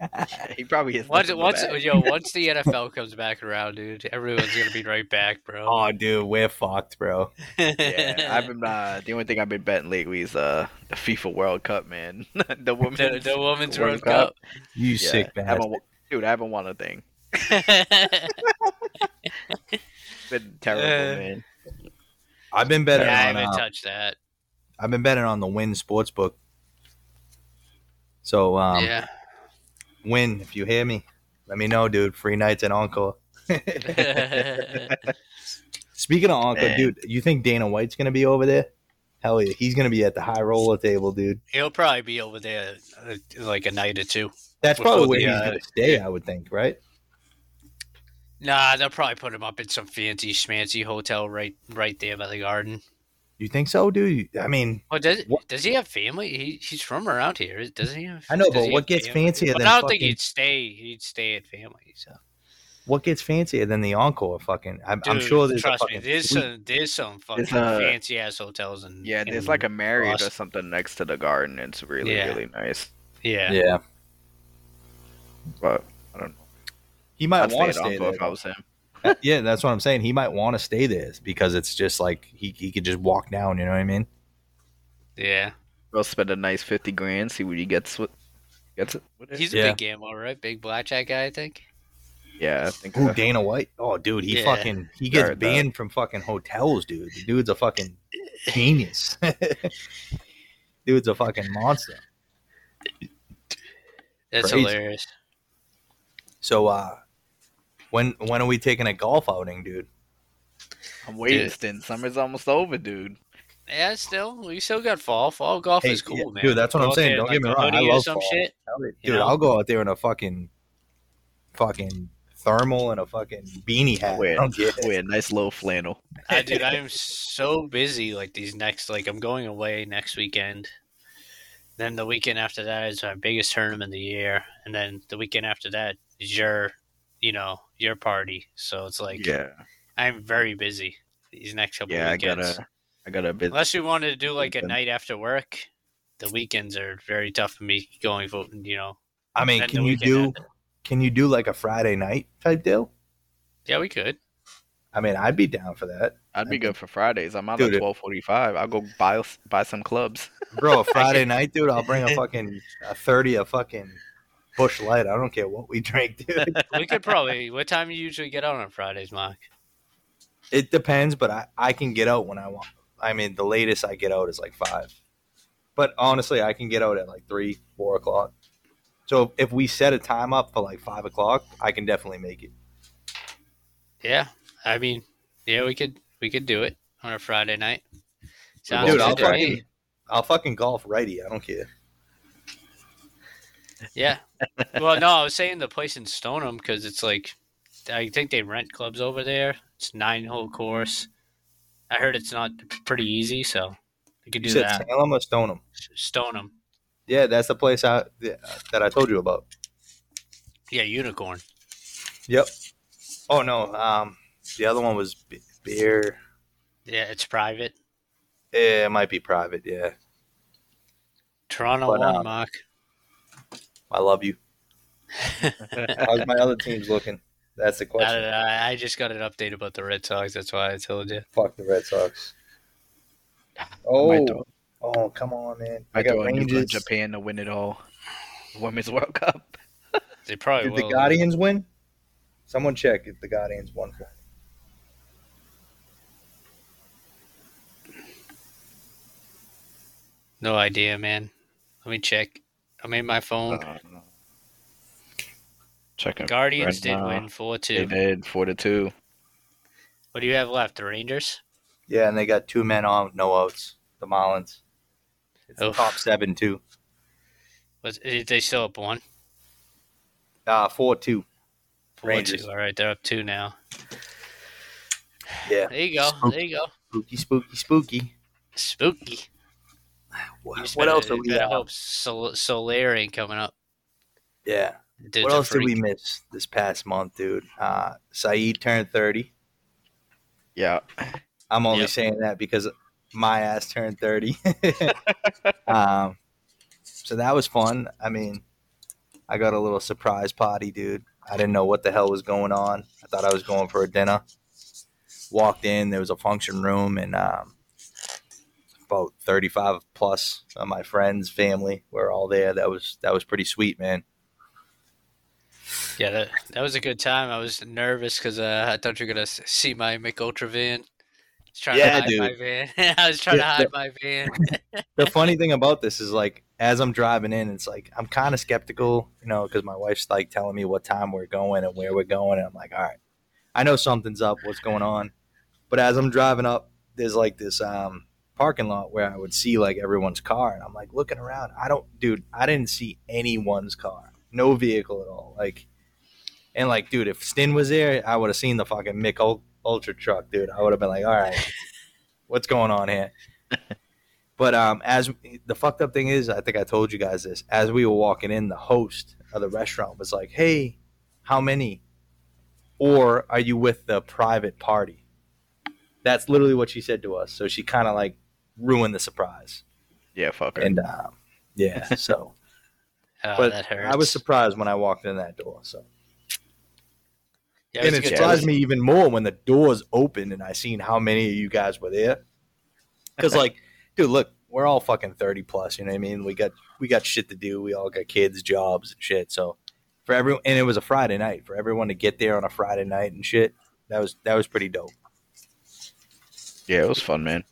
[SPEAKER 3] He probably hits
[SPEAKER 2] Once,
[SPEAKER 3] nothing but
[SPEAKER 2] once,
[SPEAKER 3] bad.
[SPEAKER 2] yo, once the NFL comes back around, dude, everyone's gonna be right back, bro.
[SPEAKER 1] oh, dude, we're fucked, bro.
[SPEAKER 3] yeah, I've been uh, the only thing I've been betting lately is uh the FIFA World Cup, man. the women,
[SPEAKER 2] the, the Women's
[SPEAKER 3] World
[SPEAKER 2] World Cup.
[SPEAKER 1] You sick bastard.
[SPEAKER 3] haven't, won- dude. I haven't won a thing. It's been terrible,
[SPEAKER 2] Uh,
[SPEAKER 3] man.
[SPEAKER 1] I've been betting.
[SPEAKER 2] yeah, I
[SPEAKER 1] on,
[SPEAKER 2] haven't
[SPEAKER 1] uh,
[SPEAKER 2] touched that.
[SPEAKER 1] I've been betting on the Win Sportsbook. So, um,
[SPEAKER 2] yeah.
[SPEAKER 1] Win, if you hear me, let me know, dude. Free nights at Encore. Speaking of Encore,
[SPEAKER 3] Man.
[SPEAKER 1] dude, you think Dana White's gonna be over there? Hell yeah, he's gonna be at the high roller table, dude.
[SPEAKER 2] He'll probably be over there uh, like a night or two.
[SPEAKER 1] That's
[SPEAKER 2] Before
[SPEAKER 1] probably where
[SPEAKER 2] the,
[SPEAKER 1] he's
[SPEAKER 2] uh,
[SPEAKER 1] gonna stay, I would think, right?
[SPEAKER 2] Nah, they'll probably put him up in some fancy schmancy hotel right right there by the garden.
[SPEAKER 1] You think so, dude? I mean,
[SPEAKER 2] Oh, does
[SPEAKER 1] What-
[SPEAKER 2] does he have family? He, he's from around here, is- doesn't he? Have,
[SPEAKER 1] I know,
[SPEAKER 2] does
[SPEAKER 1] but
[SPEAKER 2] he
[SPEAKER 1] what
[SPEAKER 2] have
[SPEAKER 1] gets
[SPEAKER 2] family?
[SPEAKER 1] fancier
[SPEAKER 2] But
[SPEAKER 1] than
[SPEAKER 2] I don't think
[SPEAKER 1] fucking-
[SPEAKER 2] he'd stay. He'd stay at family. So.
[SPEAKER 1] what gets fancier than the encore? Fucking, I'm, I'm
[SPEAKER 2] Dude,
[SPEAKER 1] sure there's a
[SPEAKER 2] Trust me,
[SPEAKER 1] fucking
[SPEAKER 2] there's
[SPEAKER 1] suite.
[SPEAKER 2] some there's some fucking
[SPEAKER 3] There's a-
[SPEAKER 2] fancy ass hotels and
[SPEAKER 3] Yeah, there's like a Marriott
[SPEAKER 2] Boston.
[SPEAKER 3] or something next to the garden. It's really,
[SPEAKER 2] Yeah.
[SPEAKER 3] really nice.
[SPEAKER 2] yeah.
[SPEAKER 1] yeah.
[SPEAKER 3] But
[SPEAKER 1] He might
[SPEAKER 3] I'd stay
[SPEAKER 1] want to
[SPEAKER 3] at
[SPEAKER 1] stay
[SPEAKER 3] Encore
[SPEAKER 1] there.
[SPEAKER 3] if I was him.
[SPEAKER 1] yeah, that's what I'm saying. He might want to stay there because it's just like he, he could just walk down. You know what I mean?
[SPEAKER 2] yeah.
[SPEAKER 3] Go spend a nice fifty grand, see what he gets. With, gets it. with it.
[SPEAKER 2] He's a
[SPEAKER 1] Yeah.
[SPEAKER 2] big gambler, right? Big blackjack guy, I think.
[SPEAKER 3] yeah, I think. uh,
[SPEAKER 1] Ooh,
[SPEAKER 3] so.
[SPEAKER 1] Dana White. Oh, dude, he
[SPEAKER 2] Yeah.
[SPEAKER 1] fucking he gets
[SPEAKER 3] Heard that.
[SPEAKER 1] banned from fucking hotels, dude. The dude's a fucking genius. dude's a fucking monster.
[SPEAKER 2] That's
[SPEAKER 1] Crazy.
[SPEAKER 2] hilarious.
[SPEAKER 1] So, uh, when when are we taking a golf outing, dude?
[SPEAKER 3] I'm waiting.
[SPEAKER 2] Dude.
[SPEAKER 3] Stin. Summer's almost over, dude.
[SPEAKER 2] Yeah, still, we still got fall. Fall golf
[SPEAKER 1] Hey,
[SPEAKER 2] is cool,
[SPEAKER 1] yeah,
[SPEAKER 2] man.
[SPEAKER 1] dude, that's what
[SPEAKER 2] Go
[SPEAKER 1] I'm
[SPEAKER 2] out
[SPEAKER 1] saying.
[SPEAKER 2] there in,
[SPEAKER 1] Don't get me
[SPEAKER 2] a
[SPEAKER 1] wrong, I
[SPEAKER 2] hoodie or
[SPEAKER 1] love
[SPEAKER 2] some
[SPEAKER 1] fall.
[SPEAKER 2] shit. You
[SPEAKER 1] Dude,
[SPEAKER 2] know?
[SPEAKER 1] I'll go out there in a fucking fucking thermal and a fucking beanie hat.
[SPEAKER 3] Weird.
[SPEAKER 1] I don't care.
[SPEAKER 3] Wear a Oh, nice little flannel.
[SPEAKER 2] I, dude, I am so busy. Like these next, like I'm going away next weekend. Then the weekend after that is my biggest tournament of the year, and then the weekend after that is your, you know, your party. So it's like
[SPEAKER 3] yeah,
[SPEAKER 2] I'm very busy these next couple
[SPEAKER 3] yeah. I
[SPEAKER 2] weekends.
[SPEAKER 3] gotta, I gotta. Bit,
[SPEAKER 2] Unless we wanted to do like a
[SPEAKER 3] Weekend.
[SPEAKER 2] night after work, the weekends are very tough for me going for you know.
[SPEAKER 1] I mean,
[SPEAKER 2] spend the
[SPEAKER 1] can you
[SPEAKER 2] weekend
[SPEAKER 1] do
[SPEAKER 2] at the-
[SPEAKER 1] can you do like a Friday night type deal?
[SPEAKER 2] Yeah, we could.
[SPEAKER 1] I mean, I'd be down for that,
[SPEAKER 3] I'd be good for Fridays. I'm out
[SPEAKER 1] Dude, it-
[SPEAKER 3] at twelve forty-five. I'll go buy buy some clubs.
[SPEAKER 1] bro. A Friday night, dude. I'll bring a fucking a thirty, a fucking bush light. I don't care what we drink, dude.
[SPEAKER 2] We could probably. What time you usually get out on Fridays, Mark?
[SPEAKER 1] It depends, but I I can get out when I want. I mean, the latest I get out is like five, but honestly, I can get out at like three, four o'clock. So if we set a time up for like five o'clock, I can definitely make it.
[SPEAKER 2] Yeah, I mean, yeah, we could we could do it on a Friday night. Sounds
[SPEAKER 1] Dude,
[SPEAKER 2] good
[SPEAKER 1] I'll
[SPEAKER 2] to
[SPEAKER 1] fucking,
[SPEAKER 2] me.
[SPEAKER 1] I'll fucking golf righty. I don't care.
[SPEAKER 2] Yeah. Well, no, I was saying the place in Stoneham because it's like, I think they rent clubs over there. It's nine hole course. I heard it's not pretty easy, so we could
[SPEAKER 1] You
[SPEAKER 2] do
[SPEAKER 1] said
[SPEAKER 2] that.
[SPEAKER 1] Salem or Stoneham?
[SPEAKER 2] Stoneham.
[SPEAKER 1] Yeah, that's the place I th- that I told you about.
[SPEAKER 2] Yeah, unicorn.
[SPEAKER 1] Yep. Oh no. Um, the other one was b- beer.
[SPEAKER 2] Yeah, it's private.
[SPEAKER 1] Eh, it might be private. Yeah,
[SPEAKER 2] Toronto
[SPEAKER 1] But,
[SPEAKER 2] one,
[SPEAKER 1] um,
[SPEAKER 2] Mark.
[SPEAKER 1] I love you. How's my other teams looking? That's the
[SPEAKER 2] I,
[SPEAKER 1] question.
[SPEAKER 2] don't know, I I just got an update about the Red Sox. That's why I told you.
[SPEAKER 1] Fuck the Red Sox.
[SPEAKER 3] I
[SPEAKER 1] Oh,
[SPEAKER 3] thought-
[SPEAKER 1] oh, come on, man.
[SPEAKER 3] I,
[SPEAKER 1] I got
[SPEAKER 3] thought England,
[SPEAKER 1] Rangers.
[SPEAKER 3] Japan to win it all. Women's World Cup.
[SPEAKER 2] They probably
[SPEAKER 1] Did
[SPEAKER 2] will.
[SPEAKER 1] the Guardians win? Someone check if the Guardians won. For
[SPEAKER 2] No idea, man. Let me check. I'm in my phone.
[SPEAKER 1] Oh,
[SPEAKER 3] Um, Check it.
[SPEAKER 2] Guardians
[SPEAKER 3] right
[SPEAKER 2] did
[SPEAKER 3] now,
[SPEAKER 2] win four
[SPEAKER 3] They
[SPEAKER 2] two.
[SPEAKER 3] did four to two.
[SPEAKER 2] What do you have left? The Rangers.
[SPEAKER 1] Yeah, and they got two men on, no outs. The Marlins. It's the
[SPEAKER 2] Oof.
[SPEAKER 1] top seven too.
[SPEAKER 2] Was did they still up one?
[SPEAKER 1] Ah, four two.
[SPEAKER 2] Four
[SPEAKER 1] Rangers.
[SPEAKER 2] two. All right, they're up two now.
[SPEAKER 1] Yeah.
[SPEAKER 2] There you go.
[SPEAKER 1] Spook.
[SPEAKER 2] There you go.
[SPEAKER 1] Spooky, spooky, spooky.
[SPEAKER 2] Spooky.
[SPEAKER 1] What,
[SPEAKER 2] You just
[SPEAKER 1] what
[SPEAKER 2] better-
[SPEAKER 1] else are we?
[SPEAKER 2] Better
[SPEAKER 1] uh,
[SPEAKER 2] hope Sol- Solaire ain't coming up.
[SPEAKER 1] Yeah.
[SPEAKER 2] Dude's
[SPEAKER 1] what
[SPEAKER 2] a
[SPEAKER 1] else did we
[SPEAKER 2] freak.
[SPEAKER 1] miss this past month, dude? Uh, Saeed turned 30.
[SPEAKER 3] Yeah.
[SPEAKER 1] I'm only
[SPEAKER 2] Yep.
[SPEAKER 1] saying that because my ass turned 30. um, so that was fun. I mean, I got a little surprise party, dude. I didn't know what the hell was going on. I thought I was going for a dinner. Walked in, there was a function room, and um, about 35 plus of my friends, family were all there. That was that was pretty sweet, man.
[SPEAKER 2] Yeah, that, that was a good time. I was nervous because uh, I thought you were gonna s- see my Mick Ultra van. I was trying
[SPEAKER 1] Yeah,
[SPEAKER 2] to hide my van. I was trying
[SPEAKER 1] Yeah,
[SPEAKER 2] to hide my van.
[SPEAKER 1] the funny thing about this is like as I'm driving in, it's like I'm kind of skeptical, you know, because my wife's like telling me what time we're going and where we're going, and I'm like, all right, I know something's up, what's going on. But as I'm driving up, there's like this um, parking lot where I would see like everyone's car, and I'm like looking around. I don't, dude, I didn't see anyone's car, no vehicle at all. Like, and like, dude, if Stin was there, I would have seen the fucking Mick Ul- Ultra truck, dude. I would have been like, all right, what's going on here? But um, as the fucked up thing is, I think I told you guys this. As we were walking in, the host of the restaurant was like, "Hey, how many? Or are you with the private party?" That's literally what she said to us. So she kind of like ruined the surprise.
[SPEAKER 3] Yeah. Fucker.
[SPEAKER 1] And um, yeah, so
[SPEAKER 2] Oh,
[SPEAKER 1] but
[SPEAKER 2] that hurts.
[SPEAKER 1] I was surprised when I walked in that door. So
[SPEAKER 2] Yeah,
[SPEAKER 1] and
[SPEAKER 2] was a
[SPEAKER 1] it
[SPEAKER 2] good
[SPEAKER 1] surprised
[SPEAKER 2] time.
[SPEAKER 1] me even more when the doors opened and I seen how many of you guys were there. Because like, dude, look, we're all fucking thirty plus. You know what I mean? We got we got shit to do. We all got kids, jobs, and shit. So for everyone, and it was a Friday night for everyone to get there on a Friday night and shit. That was that was pretty dope.
[SPEAKER 3] yeah, it was fun, man.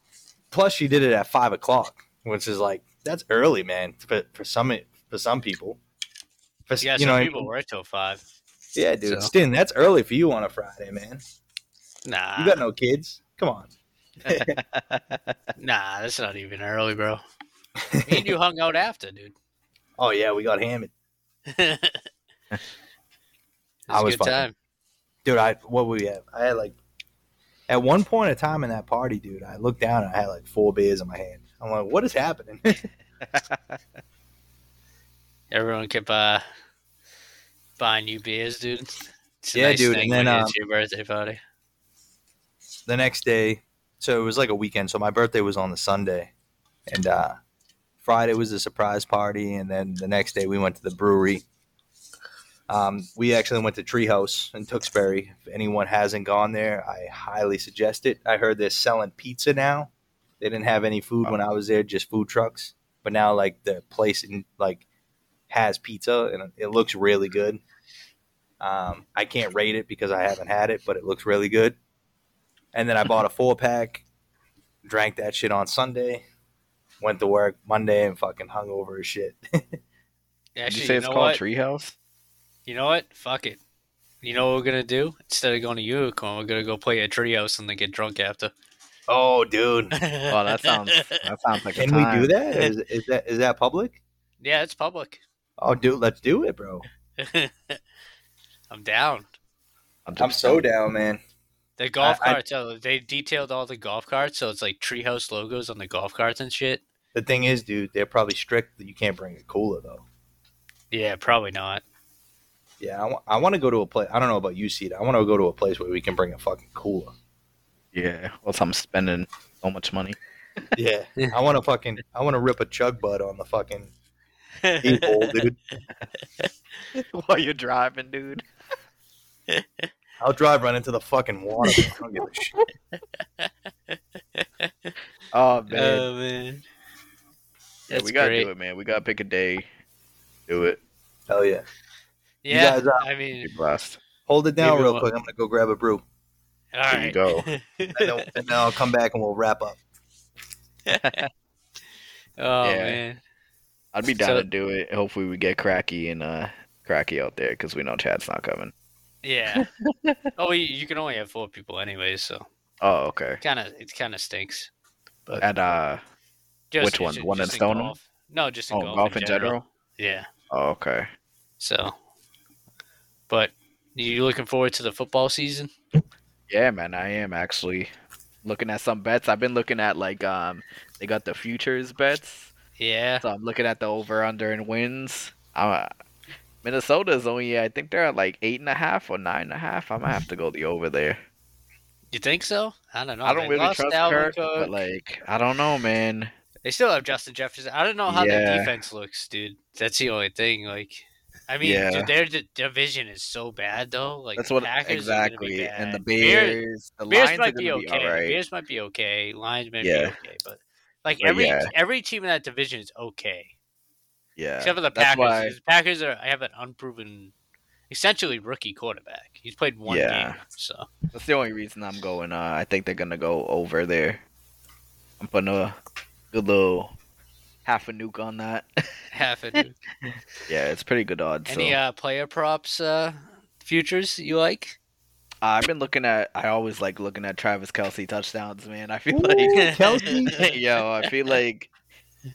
[SPEAKER 1] Plus, she did it at five o'clock, which is like that's early, man. For for some for some people, for
[SPEAKER 2] Yeah,
[SPEAKER 1] you
[SPEAKER 2] some
[SPEAKER 1] know, what I
[SPEAKER 2] people
[SPEAKER 1] mean?
[SPEAKER 2] work till five.
[SPEAKER 1] yeah, dude,
[SPEAKER 2] so.
[SPEAKER 1] Stin, that's early for you on a Friday, man.
[SPEAKER 2] Nah,
[SPEAKER 1] You got no kids. Come on.
[SPEAKER 2] nah, that's not even early, bro. Me and you hung out after, dude.
[SPEAKER 1] Oh yeah, we got hammered.
[SPEAKER 2] it was
[SPEAKER 1] I was
[SPEAKER 2] a good
[SPEAKER 1] fucking-
[SPEAKER 2] time.
[SPEAKER 1] dude. I what would we have? I had like at one point in time in that party, dude. I looked down and I had like four beers in my hand. I'm like, what is happening?
[SPEAKER 2] Everyone kept uh, buying you beers, dude. It's a
[SPEAKER 1] Yeah,
[SPEAKER 2] nice
[SPEAKER 1] dude,
[SPEAKER 2] thing
[SPEAKER 1] and then,
[SPEAKER 2] when
[SPEAKER 1] um,
[SPEAKER 2] it's your birthday party.
[SPEAKER 1] the next day, so it was like a weekend. So my birthday was on the Sunday, and uh, Friday was the surprise party, and then the next day we went to the brewery. Um, we actually went to Treehouse in Tewksbury. If anyone hasn't gone there, I highly suggest it. I heard they're selling pizza now. They didn't have any food when I was there, just food trucks. But now, like the place, in, like has pizza, and it looks really good. Um, I can't rate it because I haven't had it, but it looks really good. And then I bought a four pack, drank that shit on Sunday, went to work Monday, and fucking hung over as shit.
[SPEAKER 3] Did
[SPEAKER 2] Actually,
[SPEAKER 3] you say it's
[SPEAKER 2] know
[SPEAKER 3] called
[SPEAKER 2] what?
[SPEAKER 3] Treehouse?
[SPEAKER 2] You know what? Fuck it. You know what we're gonna do? Instead of going to Unicorn, we're gonna go play at Treehouse and then get drunk after.
[SPEAKER 1] oh, dude.
[SPEAKER 2] oh,
[SPEAKER 3] Oh, that sounds that sounds like a
[SPEAKER 1] Can
[SPEAKER 3] time.
[SPEAKER 1] we do that? Is, is that is that public?
[SPEAKER 2] yeah, it's public.
[SPEAKER 1] Oh, dude, let's do it, bro.
[SPEAKER 2] I'm down.
[SPEAKER 3] just
[SPEAKER 1] I'm so down, man.
[SPEAKER 2] The golf
[SPEAKER 1] I- I-
[SPEAKER 2] carts. oh, they detailed all the golf carts, so it's like Treehouse logos on the golf carts and shit.
[SPEAKER 1] The thing is, dude, they're probably strict that you can't bring a cooler though.
[SPEAKER 2] Yeah, probably not.
[SPEAKER 1] Yeah, I want to go to a place. I don't know about you, Cedar. I want to go to a place where we can bring a fucking cooler.
[SPEAKER 3] Yeah. Well, I'm spending so much money.
[SPEAKER 1] Yeah, I want to fucking. I want to rip a chug bud on the fucking people, dude.
[SPEAKER 3] While you're driving, dude.
[SPEAKER 1] I'll drive right into the fucking water. I don't give a shit.
[SPEAKER 3] Oh man,
[SPEAKER 2] Oh man,
[SPEAKER 3] yeah,
[SPEAKER 2] that's
[SPEAKER 3] we gotta
[SPEAKER 2] great.
[SPEAKER 3] do it, man. We gotta pick a day, do it.
[SPEAKER 1] Hell yeah. You
[SPEAKER 2] Yeah,
[SPEAKER 1] guys, uh,
[SPEAKER 2] I
[SPEAKER 3] Be
[SPEAKER 2] mean,
[SPEAKER 3] blessed.
[SPEAKER 1] Hold it down
[SPEAKER 2] Maybe
[SPEAKER 1] real
[SPEAKER 2] we'll-
[SPEAKER 1] quick. I'm gonna go grab a brew,
[SPEAKER 2] all
[SPEAKER 3] There you
[SPEAKER 2] right.
[SPEAKER 3] go.
[SPEAKER 1] and then, and then I'll come back and we'll wrap up.
[SPEAKER 2] oh
[SPEAKER 3] Yeah.
[SPEAKER 2] man,
[SPEAKER 3] I'd be down
[SPEAKER 2] So-
[SPEAKER 3] to do it. Hopefully, we get Cracky and uh Cracky out there because we know Chad's not coming.
[SPEAKER 2] yeah. oh, you, you can only have four people anyway, so
[SPEAKER 3] Oh, okay.
[SPEAKER 2] kind of it kind of stinks. But
[SPEAKER 3] At uh,
[SPEAKER 2] just,
[SPEAKER 3] which one?
[SPEAKER 2] ju-
[SPEAKER 3] one in
[SPEAKER 2] just
[SPEAKER 3] Stoneham?
[SPEAKER 2] golf. No, just in
[SPEAKER 3] oh,
[SPEAKER 2] golf,
[SPEAKER 3] golf in general.
[SPEAKER 2] Yeah.
[SPEAKER 3] Oh, okay.
[SPEAKER 2] So, but you looking forward to the football season?
[SPEAKER 3] Yeah, man, I am actually looking at some bets. I've been looking at like um, they got the futures bets.
[SPEAKER 2] Yeah.
[SPEAKER 3] So I'm looking at the over under and wins. Uh, Minnesota's only I think they're at like eight and a half or nine and a half. I'm gonna have to go the over there.
[SPEAKER 2] You think so? I don't know.
[SPEAKER 3] I don't
[SPEAKER 2] They
[SPEAKER 3] really
[SPEAKER 2] Oh, lost
[SPEAKER 3] trust
[SPEAKER 2] Dalvin
[SPEAKER 3] Kirk,
[SPEAKER 2] Cook.
[SPEAKER 3] but like I don't know, man.
[SPEAKER 2] They still have Justin Jefferson. I don't know how
[SPEAKER 3] Yeah.
[SPEAKER 2] their defense looks, dude. That's the only thing. Like, I mean,
[SPEAKER 3] Yeah.
[SPEAKER 2] dude, their d- division is so bad though. Like,
[SPEAKER 3] That's what
[SPEAKER 2] Packers are gonna be
[SPEAKER 3] exactly. And the
[SPEAKER 2] bad. Bears,
[SPEAKER 3] Bears, the
[SPEAKER 2] Bears
[SPEAKER 3] Lions are
[SPEAKER 2] might
[SPEAKER 3] gonna be,
[SPEAKER 2] be okay.
[SPEAKER 3] all right.
[SPEAKER 2] Bears might be okay. Lions might
[SPEAKER 3] Yeah.
[SPEAKER 2] be okay, but like
[SPEAKER 3] But
[SPEAKER 2] every
[SPEAKER 3] yeah.
[SPEAKER 2] every team in that division is okay,
[SPEAKER 3] Yeah,
[SPEAKER 2] except for the
[SPEAKER 3] that's
[SPEAKER 2] Packers.
[SPEAKER 3] why-
[SPEAKER 2] 'cause the Packers are have an unproven, essentially rookie quarterback. He's played one
[SPEAKER 3] Yeah.
[SPEAKER 2] game, so
[SPEAKER 3] that's the only reason I'm going. Uh, I think they're gonna go over there. I'm putting a good little half a nuke on that.
[SPEAKER 2] half a dude.
[SPEAKER 3] yeah, it's pretty good odds. so.
[SPEAKER 2] Any uh, player props uh, futures you like?
[SPEAKER 3] I've been looking at. I always like looking at Travis Kelsey touchdowns, man. I feel
[SPEAKER 1] Ooh,
[SPEAKER 3] like,
[SPEAKER 1] Kelsey.
[SPEAKER 3] yo, I feel like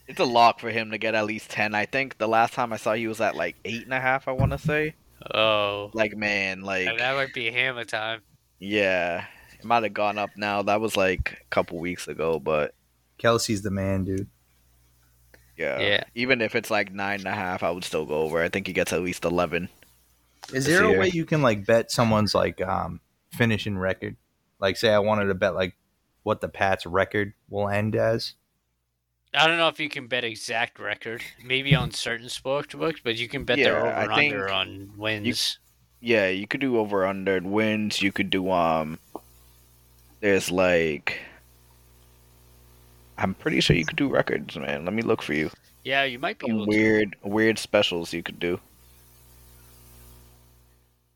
[SPEAKER 3] it's a lock for him to get at least ten. I think the last time I saw he was at like eight and a half. I want to say,
[SPEAKER 2] Oh,
[SPEAKER 3] like, man, like,
[SPEAKER 2] that might be hammer time.
[SPEAKER 3] yeah, it might have gone up now. That was like a couple weeks ago, but
[SPEAKER 1] Kelsey's the man, dude.
[SPEAKER 3] yeah,
[SPEAKER 2] Yeah.
[SPEAKER 3] Even if it's like nine and a half, I would still go over. I think he gets at least eleven.
[SPEAKER 1] Is
[SPEAKER 3] This
[SPEAKER 1] there a
[SPEAKER 3] year.
[SPEAKER 1] way you can like bet someone's like um finishing record? Like, say I wanted to bet like what the Pats' record will end as.
[SPEAKER 2] I don't know if you can bet exact record, maybe on certain sports books, but you can bet their
[SPEAKER 3] Yeah, I
[SPEAKER 2] over
[SPEAKER 3] think
[SPEAKER 2] under on wins.
[SPEAKER 3] Yeah, you could do over under wins. You could do um. There's like. I'm pretty sure you could do records, man. Let me look for you.
[SPEAKER 2] yeah, you might be
[SPEAKER 3] Some
[SPEAKER 2] able
[SPEAKER 3] weird, weird specials you could do.
[SPEAKER 2] to.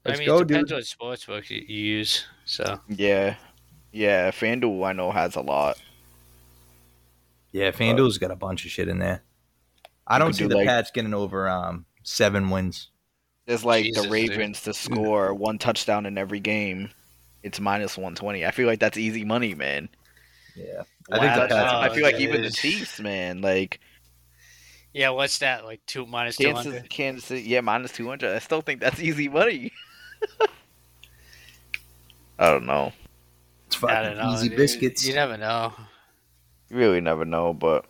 [SPEAKER 2] I
[SPEAKER 1] Let's
[SPEAKER 2] mean,
[SPEAKER 1] go,
[SPEAKER 2] it depends
[SPEAKER 1] dude.
[SPEAKER 2] what sports book you, you use. So
[SPEAKER 3] Yeah, yeah. FanDuel I know has a lot.
[SPEAKER 1] Yeah, FanDuel's got a bunch of shit in there. I
[SPEAKER 3] Uh, You
[SPEAKER 1] don't
[SPEAKER 3] could
[SPEAKER 1] see
[SPEAKER 3] do,
[SPEAKER 1] the
[SPEAKER 3] like-
[SPEAKER 1] Pats getting over um seven wins.
[SPEAKER 3] There's like
[SPEAKER 2] Jesus,
[SPEAKER 3] the
[SPEAKER 2] dude.
[SPEAKER 3] Ravens to score
[SPEAKER 1] Mm.
[SPEAKER 3] one touchdown in every game. It's minus 120. I feel like that's easy money, man.
[SPEAKER 1] Yeah, I
[SPEAKER 3] I,
[SPEAKER 1] think the
[SPEAKER 3] think
[SPEAKER 1] Pats-
[SPEAKER 3] I feel like even the
[SPEAKER 2] dude.
[SPEAKER 3] Chiefs, man. Like
[SPEAKER 2] yeah, what's that like? Two minus two
[SPEAKER 3] Kansas,
[SPEAKER 2] hundred.
[SPEAKER 3] Kansas, City- yeah, minus two hundred. I still think that's easy money. I don't know.
[SPEAKER 1] it's
[SPEAKER 2] I
[SPEAKER 1] fucking
[SPEAKER 2] don't know.
[SPEAKER 1] easy
[SPEAKER 2] dude.
[SPEAKER 1] biscuits.
[SPEAKER 2] You never know.
[SPEAKER 3] You really never know, but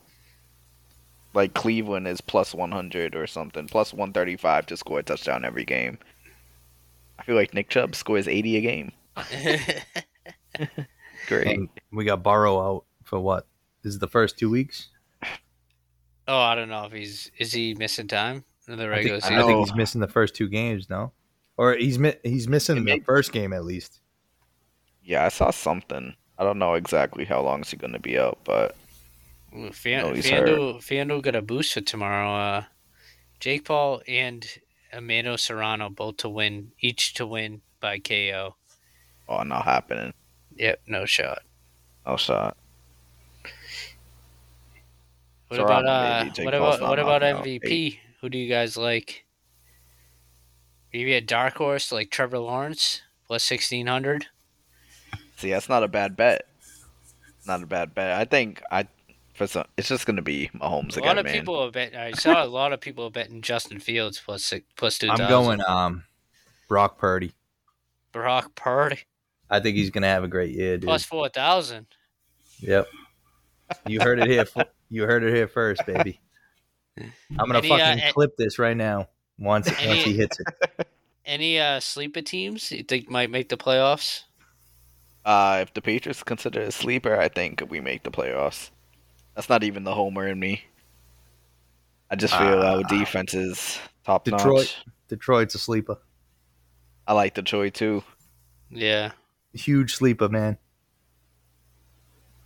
[SPEAKER 3] like Cleveland is plus one hundred or something, plus one thirty five to score a touchdown every game. I feel like Nick Chubb scores eighty a game. Great.
[SPEAKER 1] And we got Burrow out for what? This is the first two weeks.
[SPEAKER 2] oh, I don't know if he's is he missing time in the
[SPEAKER 1] I
[SPEAKER 2] regular
[SPEAKER 1] think,
[SPEAKER 3] I
[SPEAKER 1] I
[SPEAKER 2] season.
[SPEAKER 1] think
[SPEAKER 3] know.
[SPEAKER 1] he's missing the first two games. No, or he's mi- he's missing
[SPEAKER 3] It
[SPEAKER 1] the
[SPEAKER 3] may-
[SPEAKER 1] first game at least.
[SPEAKER 3] Yeah, I saw something. I don't know exactly how long is he gonna be out, but
[SPEAKER 2] Ooh, Fan,
[SPEAKER 3] No, he's
[SPEAKER 2] FanDuel, FanDuel got a boost for tomorrow. Uh, Jake Paul and Amando Serrano both to win, each to win by KO.
[SPEAKER 3] oh, not happening.
[SPEAKER 2] Yep, no shot.
[SPEAKER 3] No shot.
[SPEAKER 2] What
[SPEAKER 3] Serrano
[SPEAKER 2] about uh,
[SPEAKER 3] maybe, Jake
[SPEAKER 2] what
[SPEAKER 3] Paul's
[SPEAKER 2] about
[SPEAKER 3] not
[SPEAKER 2] what about
[SPEAKER 3] knocking out
[SPEAKER 2] MVP? Who do you guys like? Maybe a dark horse like Trevor Lawrence plus sixteen hundred.
[SPEAKER 3] See, that's not a bad bet. Not a bad bet. I think I for some, it's just gonna be Mahomes
[SPEAKER 2] A
[SPEAKER 3] again,
[SPEAKER 2] lot of
[SPEAKER 3] man.
[SPEAKER 2] people are bet. I saw a lot of people are betting Justin Fields plus six, plus two.
[SPEAKER 1] I'm going um Brock Purdy.
[SPEAKER 2] Brock Purdy
[SPEAKER 1] I think he's gonna have a great year, dude.
[SPEAKER 2] plus four thousand.
[SPEAKER 1] Yep. You heard it here. fo- you heard it here first, baby. I'm gonna
[SPEAKER 2] Any, uh,
[SPEAKER 1] fucking
[SPEAKER 2] a-
[SPEAKER 1] clip this right now. Once
[SPEAKER 2] Any-
[SPEAKER 1] once he hits it,
[SPEAKER 2] Any uh, sleeper teams you think might make the playoffs?
[SPEAKER 3] Uh, if the Patriots consider a sleeper, I think we make the playoffs. That's not even the homer in me. I just feel our
[SPEAKER 1] Ah.
[SPEAKER 3] defense is top
[SPEAKER 1] Detroit.
[SPEAKER 3] notch.
[SPEAKER 1] Detroit's a sleeper.
[SPEAKER 3] I like Detroit too.
[SPEAKER 2] Yeah.
[SPEAKER 1] Huge sleeper, man.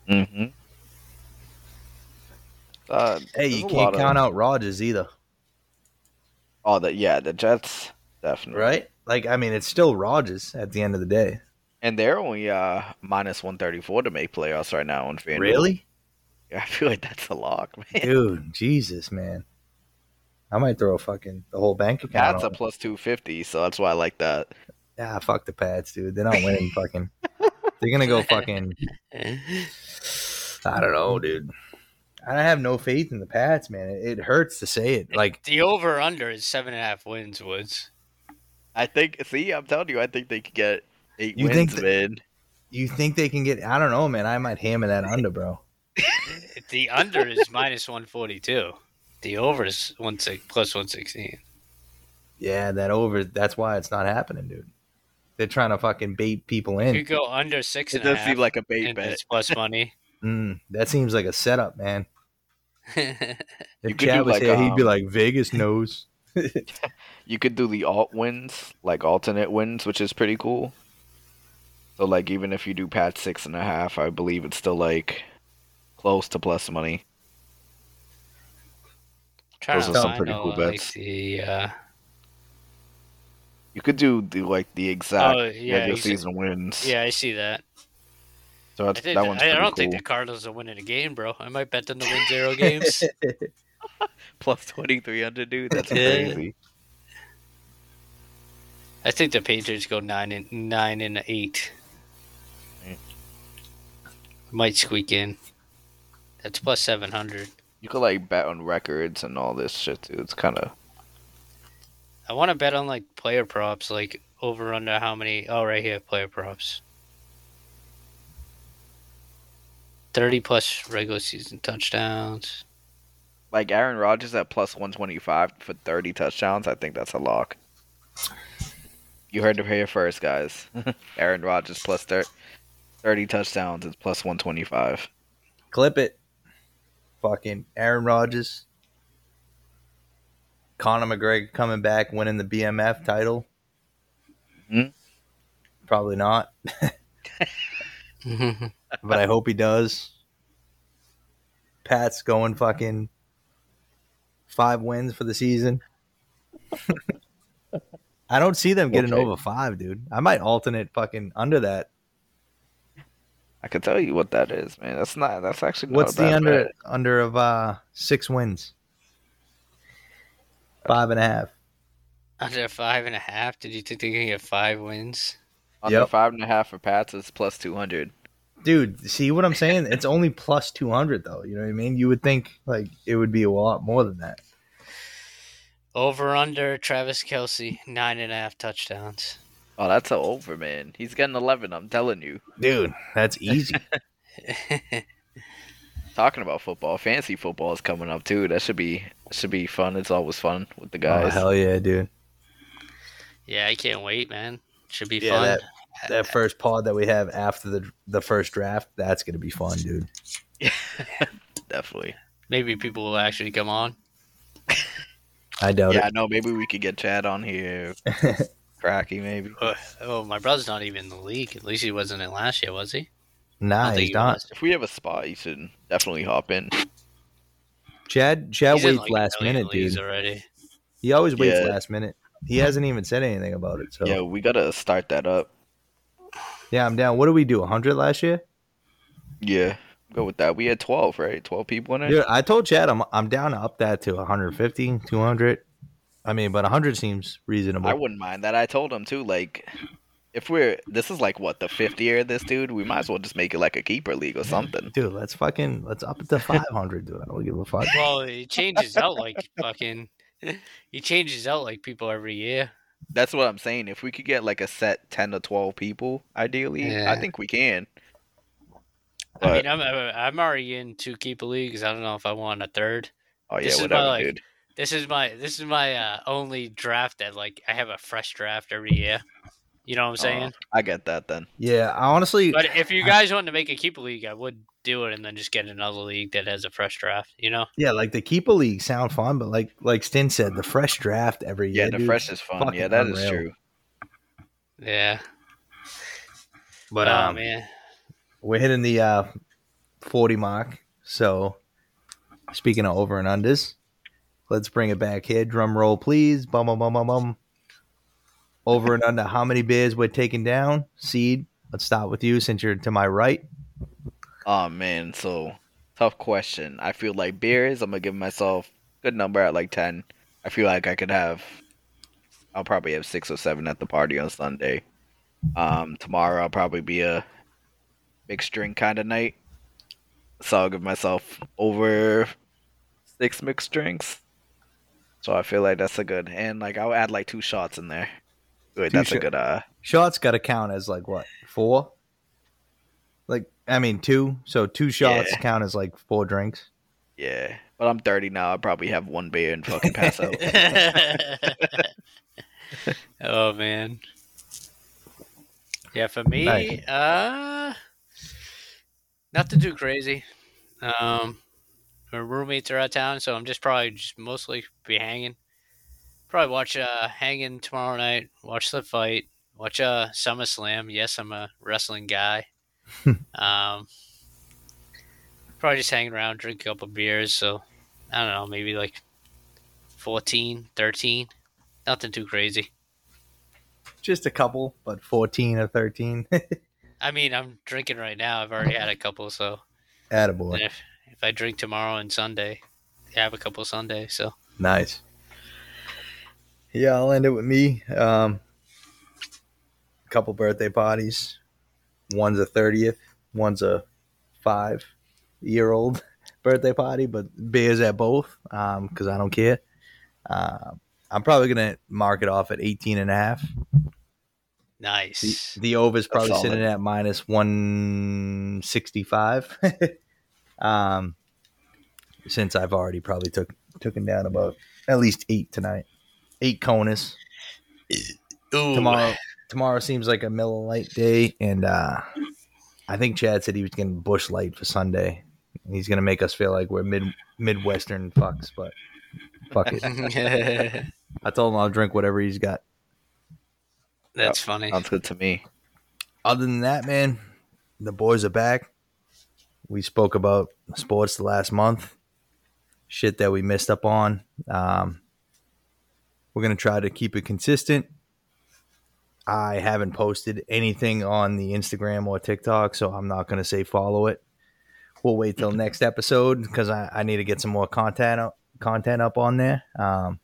[SPEAKER 3] Mm-hmm. Uh,
[SPEAKER 1] Hey, you can't count out Rodgers either,
[SPEAKER 3] Oh, the yeah, the Jets definitely.
[SPEAKER 1] right? Like, I mean, it's still Rodgers at the end of the day.
[SPEAKER 3] And they're only uh minus one thirty four to make playoffs right now on FanDuel.
[SPEAKER 1] Really?
[SPEAKER 3] Yeah, I feel like that's a lock, man.
[SPEAKER 1] Dude, Jesus, man. I might throw fucking the whole bank account.
[SPEAKER 3] That's
[SPEAKER 1] on
[SPEAKER 3] a plus two fifty, so that's why I like that.
[SPEAKER 1] Ah, fuck the pads, dude. They're not winning fucking. They're gonna go fucking. I don't know, dude. I have no faith in the Pats, man. It, it hurts to say it. Like,
[SPEAKER 2] The over under is seven and a half wins, Woods.
[SPEAKER 3] I think. See, I'm telling you, I think they could get eight
[SPEAKER 1] You
[SPEAKER 3] wins,
[SPEAKER 1] think that-
[SPEAKER 3] man.
[SPEAKER 1] you think they can get? I don't know, man. I might hammer that under, bro.
[SPEAKER 2] The under is minus one forty two. The over is one six plus one sixteen.
[SPEAKER 1] Yeah, that over. That's why it's not happening, dude. They're trying to fucking bait people
[SPEAKER 2] If you
[SPEAKER 1] in.
[SPEAKER 2] go under six
[SPEAKER 3] It
[SPEAKER 2] and a
[SPEAKER 3] does
[SPEAKER 2] half,
[SPEAKER 3] seem like a bait
[SPEAKER 2] and
[SPEAKER 3] bet.
[SPEAKER 2] it's plus money.
[SPEAKER 1] Mm, that seems like a setup, man.
[SPEAKER 3] You
[SPEAKER 1] If
[SPEAKER 3] could do
[SPEAKER 1] Chad was
[SPEAKER 3] like,
[SPEAKER 1] here, he'd be
[SPEAKER 3] um,
[SPEAKER 1] like, Vegas knows.
[SPEAKER 3] You could do the alt wins, like alternate wins, which is pretty cool. So like even if you do pat six and a half, I believe it's still like close to plus money.
[SPEAKER 2] Trying
[SPEAKER 3] Those
[SPEAKER 2] to
[SPEAKER 1] are some
[SPEAKER 2] find
[SPEAKER 3] pretty
[SPEAKER 2] all,
[SPEAKER 3] cool
[SPEAKER 2] like,
[SPEAKER 3] bets.
[SPEAKER 2] the, uh,
[SPEAKER 3] You could do the like the exact
[SPEAKER 2] oh yeah,
[SPEAKER 3] regular
[SPEAKER 2] you see-
[SPEAKER 3] season wins.
[SPEAKER 2] yeah, I see that.
[SPEAKER 3] So
[SPEAKER 2] I,
[SPEAKER 3] that's,
[SPEAKER 2] think
[SPEAKER 3] that
[SPEAKER 2] the-
[SPEAKER 3] one's
[SPEAKER 2] I
[SPEAKER 3] pretty
[SPEAKER 2] don't
[SPEAKER 3] cool.
[SPEAKER 2] think the Cardinals are winning a game, bro. I might bet them to win zero games.
[SPEAKER 3] plus twenty three hundred, dude. That's
[SPEAKER 2] Yeah.
[SPEAKER 3] crazy.
[SPEAKER 2] I think the Patriots go nine and nine and eight. Mm. Might squeak in. That's plus seven hundred.
[SPEAKER 3] You could like bet on records and all this shit too. It's kind of
[SPEAKER 2] I want to bet on like player props, like over under how many. Oh, right here, player props. Thirty plus regular season touchdowns.
[SPEAKER 3] like Aaron Rodgers at plus one twenty five for thirty touchdowns. I think that's a lock. You heard it here first, guys. Aaron Rodgers plus thir- thirty touchdowns is plus one twenty five.
[SPEAKER 1] Clip it. Fucking Aaron Rodgers. Conor McGregor coming back, winning the BMF title.
[SPEAKER 3] Mhm.
[SPEAKER 1] Probably not, but I hope he does. Pat's going fucking five wins for the season. I don't see them getting
[SPEAKER 3] Okay.
[SPEAKER 1] over five, dude. I might alternate fucking under that.
[SPEAKER 3] I can tell you what that is, man. That's not. That's actually not
[SPEAKER 1] What's
[SPEAKER 3] a bad
[SPEAKER 1] the under
[SPEAKER 3] bet.
[SPEAKER 1] under of uh six wins? Five and a half.
[SPEAKER 2] under five and a half. Did you think they are gonna get five wins?
[SPEAKER 3] under
[SPEAKER 1] Yep.
[SPEAKER 3] five and a half for Pats is plus two hundred.
[SPEAKER 1] Dude, see what I'm saying? It's only plus 200 though, you know what I mean? You would think like it would be a lot more than that.
[SPEAKER 2] Over under Travis Kelsey nine and a half touchdowns.
[SPEAKER 3] Oh, that's a over, man. He's getting eleven. I'm telling you.
[SPEAKER 1] Dude, that's easy.
[SPEAKER 3] Talking about football, fancy football is coming up too. That should be should be fun. It's always fun with the
[SPEAKER 1] oh,
[SPEAKER 3] guys.
[SPEAKER 1] hell yeah, dude.
[SPEAKER 2] Yeah, I can't wait, man. Should be
[SPEAKER 1] Yeah,
[SPEAKER 2] fun.
[SPEAKER 1] that- That first pod that we have after the the first draft, that's going to be fun, dude.
[SPEAKER 3] Definitely.
[SPEAKER 2] Maybe people will actually come on.
[SPEAKER 1] I doubt
[SPEAKER 3] Yeah,
[SPEAKER 1] it.
[SPEAKER 3] I know. Maybe we could get Chad on here. Cracky, maybe.
[SPEAKER 2] Uh, oh, my brother's not even in the league. At least he wasn't in last year, was he? I
[SPEAKER 1] Nah,
[SPEAKER 2] don't think
[SPEAKER 1] he's
[SPEAKER 2] he
[SPEAKER 1] not.
[SPEAKER 2] was.
[SPEAKER 3] If we have a spot, you should definitely hop in.
[SPEAKER 1] Chad Chad
[SPEAKER 2] He's in,
[SPEAKER 1] waits
[SPEAKER 2] like, a
[SPEAKER 1] last
[SPEAKER 2] million
[SPEAKER 1] minute,
[SPEAKER 2] leagues
[SPEAKER 1] dude.
[SPEAKER 2] Already.
[SPEAKER 1] He always waits
[SPEAKER 3] Yeah.
[SPEAKER 1] last minute. He hasn't even said anything about it. So
[SPEAKER 3] Yeah, we gotta start that up.
[SPEAKER 1] yeah, I'm down. What did we do? 100 last year?
[SPEAKER 3] Yeah, go with that. We had twelve, right? Twelve people in it.
[SPEAKER 1] Dude, I told Chad I'm I'm down to up that to 150, 200. I mean, but 100 seems reasonable.
[SPEAKER 3] I wouldn't mind that. I told him too. Like, if we're this is like what the fifth year of this dude, we might as well just make it like a keeper league or something.
[SPEAKER 1] dude, let's fucking let's up it to 500, dude. I don't give a fuck.
[SPEAKER 2] Well, he changes out like fucking. He changes out like people every year.
[SPEAKER 3] That's what I'm saying. If we could get like a set ten to twelve people, ideally,
[SPEAKER 2] Yeah.
[SPEAKER 3] I think we can.
[SPEAKER 2] I
[SPEAKER 3] But-
[SPEAKER 2] mean, I'm I'm I'm already in two keeper leagues. I don't know if I want a third.
[SPEAKER 3] oh
[SPEAKER 2] this
[SPEAKER 3] yeah,
[SPEAKER 2] is
[SPEAKER 3] whatever,
[SPEAKER 2] my, like,
[SPEAKER 3] dude.
[SPEAKER 2] This is my this is my uh, only draft that like I have a fresh draft every year. You know what I'm saying?
[SPEAKER 3] Uh, I get that then.
[SPEAKER 1] Yeah, I honestly
[SPEAKER 2] But if you guys wanted to make a keeper league, I would do it and then just get another league that has a fresh draft, you know?
[SPEAKER 1] yeah, like the keeper league sound fun, but like like Stin said, the fresh draft every year.
[SPEAKER 3] Yeah, the
[SPEAKER 1] dude,
[SPEAKER 3] fresh is fun.
[SPEAKER 1] fucking
[SPEAKER 3] Yeah, that is
[SPEAKER 1] unreal.
[SPEAKER 3] true.
[SPEAKER 2] Yeah. But oh
[SPEAKER 1] Um,
[SPEAKER 2] man,
[SPEAKER 1] We're hitting the uh, 40 mark. So, speaking of over and unders, let's bring it back here. Drum roll, please. Bum, bum, bum, bum, bum. Over and under. How many beers we're taking down? Seed, let's start with you since you're to my right.
[SPEAKER 3] Oh man, so tough question. I feel like beers. I'm gonna give myself good number at like ten. I feel like I could have. I'll probably have six or seven at the party on Sunday. Um, tomorrow I'll probably be a mixed drink kind of night. So I'll give myself over six mixed drinks. So I feel like that's a good and like I'll add like two shots in there. Good,
[SPEAKER 1] Two
[SPEAKER 3] that's a
[SPEAKER 1] shot-
[SPEAKER 3] good uh
[SPEAKER 1] Shots got to count as like what? Four? Like, I mean, two. So, two shots
[SPEAKER 3] Yeah.
[SPEAKER 1] count as like four drinks.
[SPEAKER 3] yeah. But I'm thirty now, I probably have one beer and fucking pass out.
[SPEAKER 2] oh man. Yeah, for me,
[SPEAKER 1] Nice.
[SPEAKER 2] uh nothing too crazy. Um my roommates are out of town, so I'm just probably just mostly be hanging. Probably watch uh hanging tomorrow night, watch the fight, watch uh SummerSlam. Yes, I'm a wrestling guy. um probably just hanging around, drink a couple beers, so I don't know, maybe like 14, 13. Nothing too crazy.
[SPEAKER 1] Just a couple, but 14 or 13.
[SPEAKER 2] I mean, I'm drinking right now. I've already had a couple, so
[SPEAKER 1] Attaboy.
[SPEAKER 2] and if, if I drink tomorrow and Sunday, I have a couple Sunday. So
[SPEAKER 1] Nice. Yeah, I'll end it with me. Um, couple birthday parties. One's a thirtieth. One's a five-year-old birthday party, but beers at both because I don't care. Uh, I'm probably gonna mark it off at 18 and a half. The,
[SPEAKER 2] nice.
[SPEAKER 1] the over's
[SPEAKER 3] That's
[SPEAKER 1] probably sitting
[SPEAKER 3] solid.
[SPEAKER 1] at minus 165. um, since I've already probably took taken down about at least eight tonight. Eight Conus.
[SPEAKER 2] Ooh,
[SPEAKER 1] Tomorrow tomorrow seems like a Miller Light day and uh I think Chad said he was getting bush light for Sunday. He's gonna make us feel like we're mid midwestern fucks, but fuck it. I told him I'll drink whatever he's got.
[SPEAKER 2] that's funny.
[SPEAKER 3] Sounds good to me.
[SPEAKER 1] other than that, man, the boys are back. We spoke about sports the last month, shit that we missed up on. Um, we're gonna try to keep it consistent. I haven't posted anything on the Instagram or TikTok, so I'm not gonna say follow it. We'll wait till next episode because I, I need to get some more content up, content up on there. Um,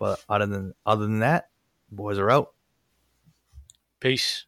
[SPEAKER 1] but other than other than that, boys are out.
[SPEAKER 2] Peace.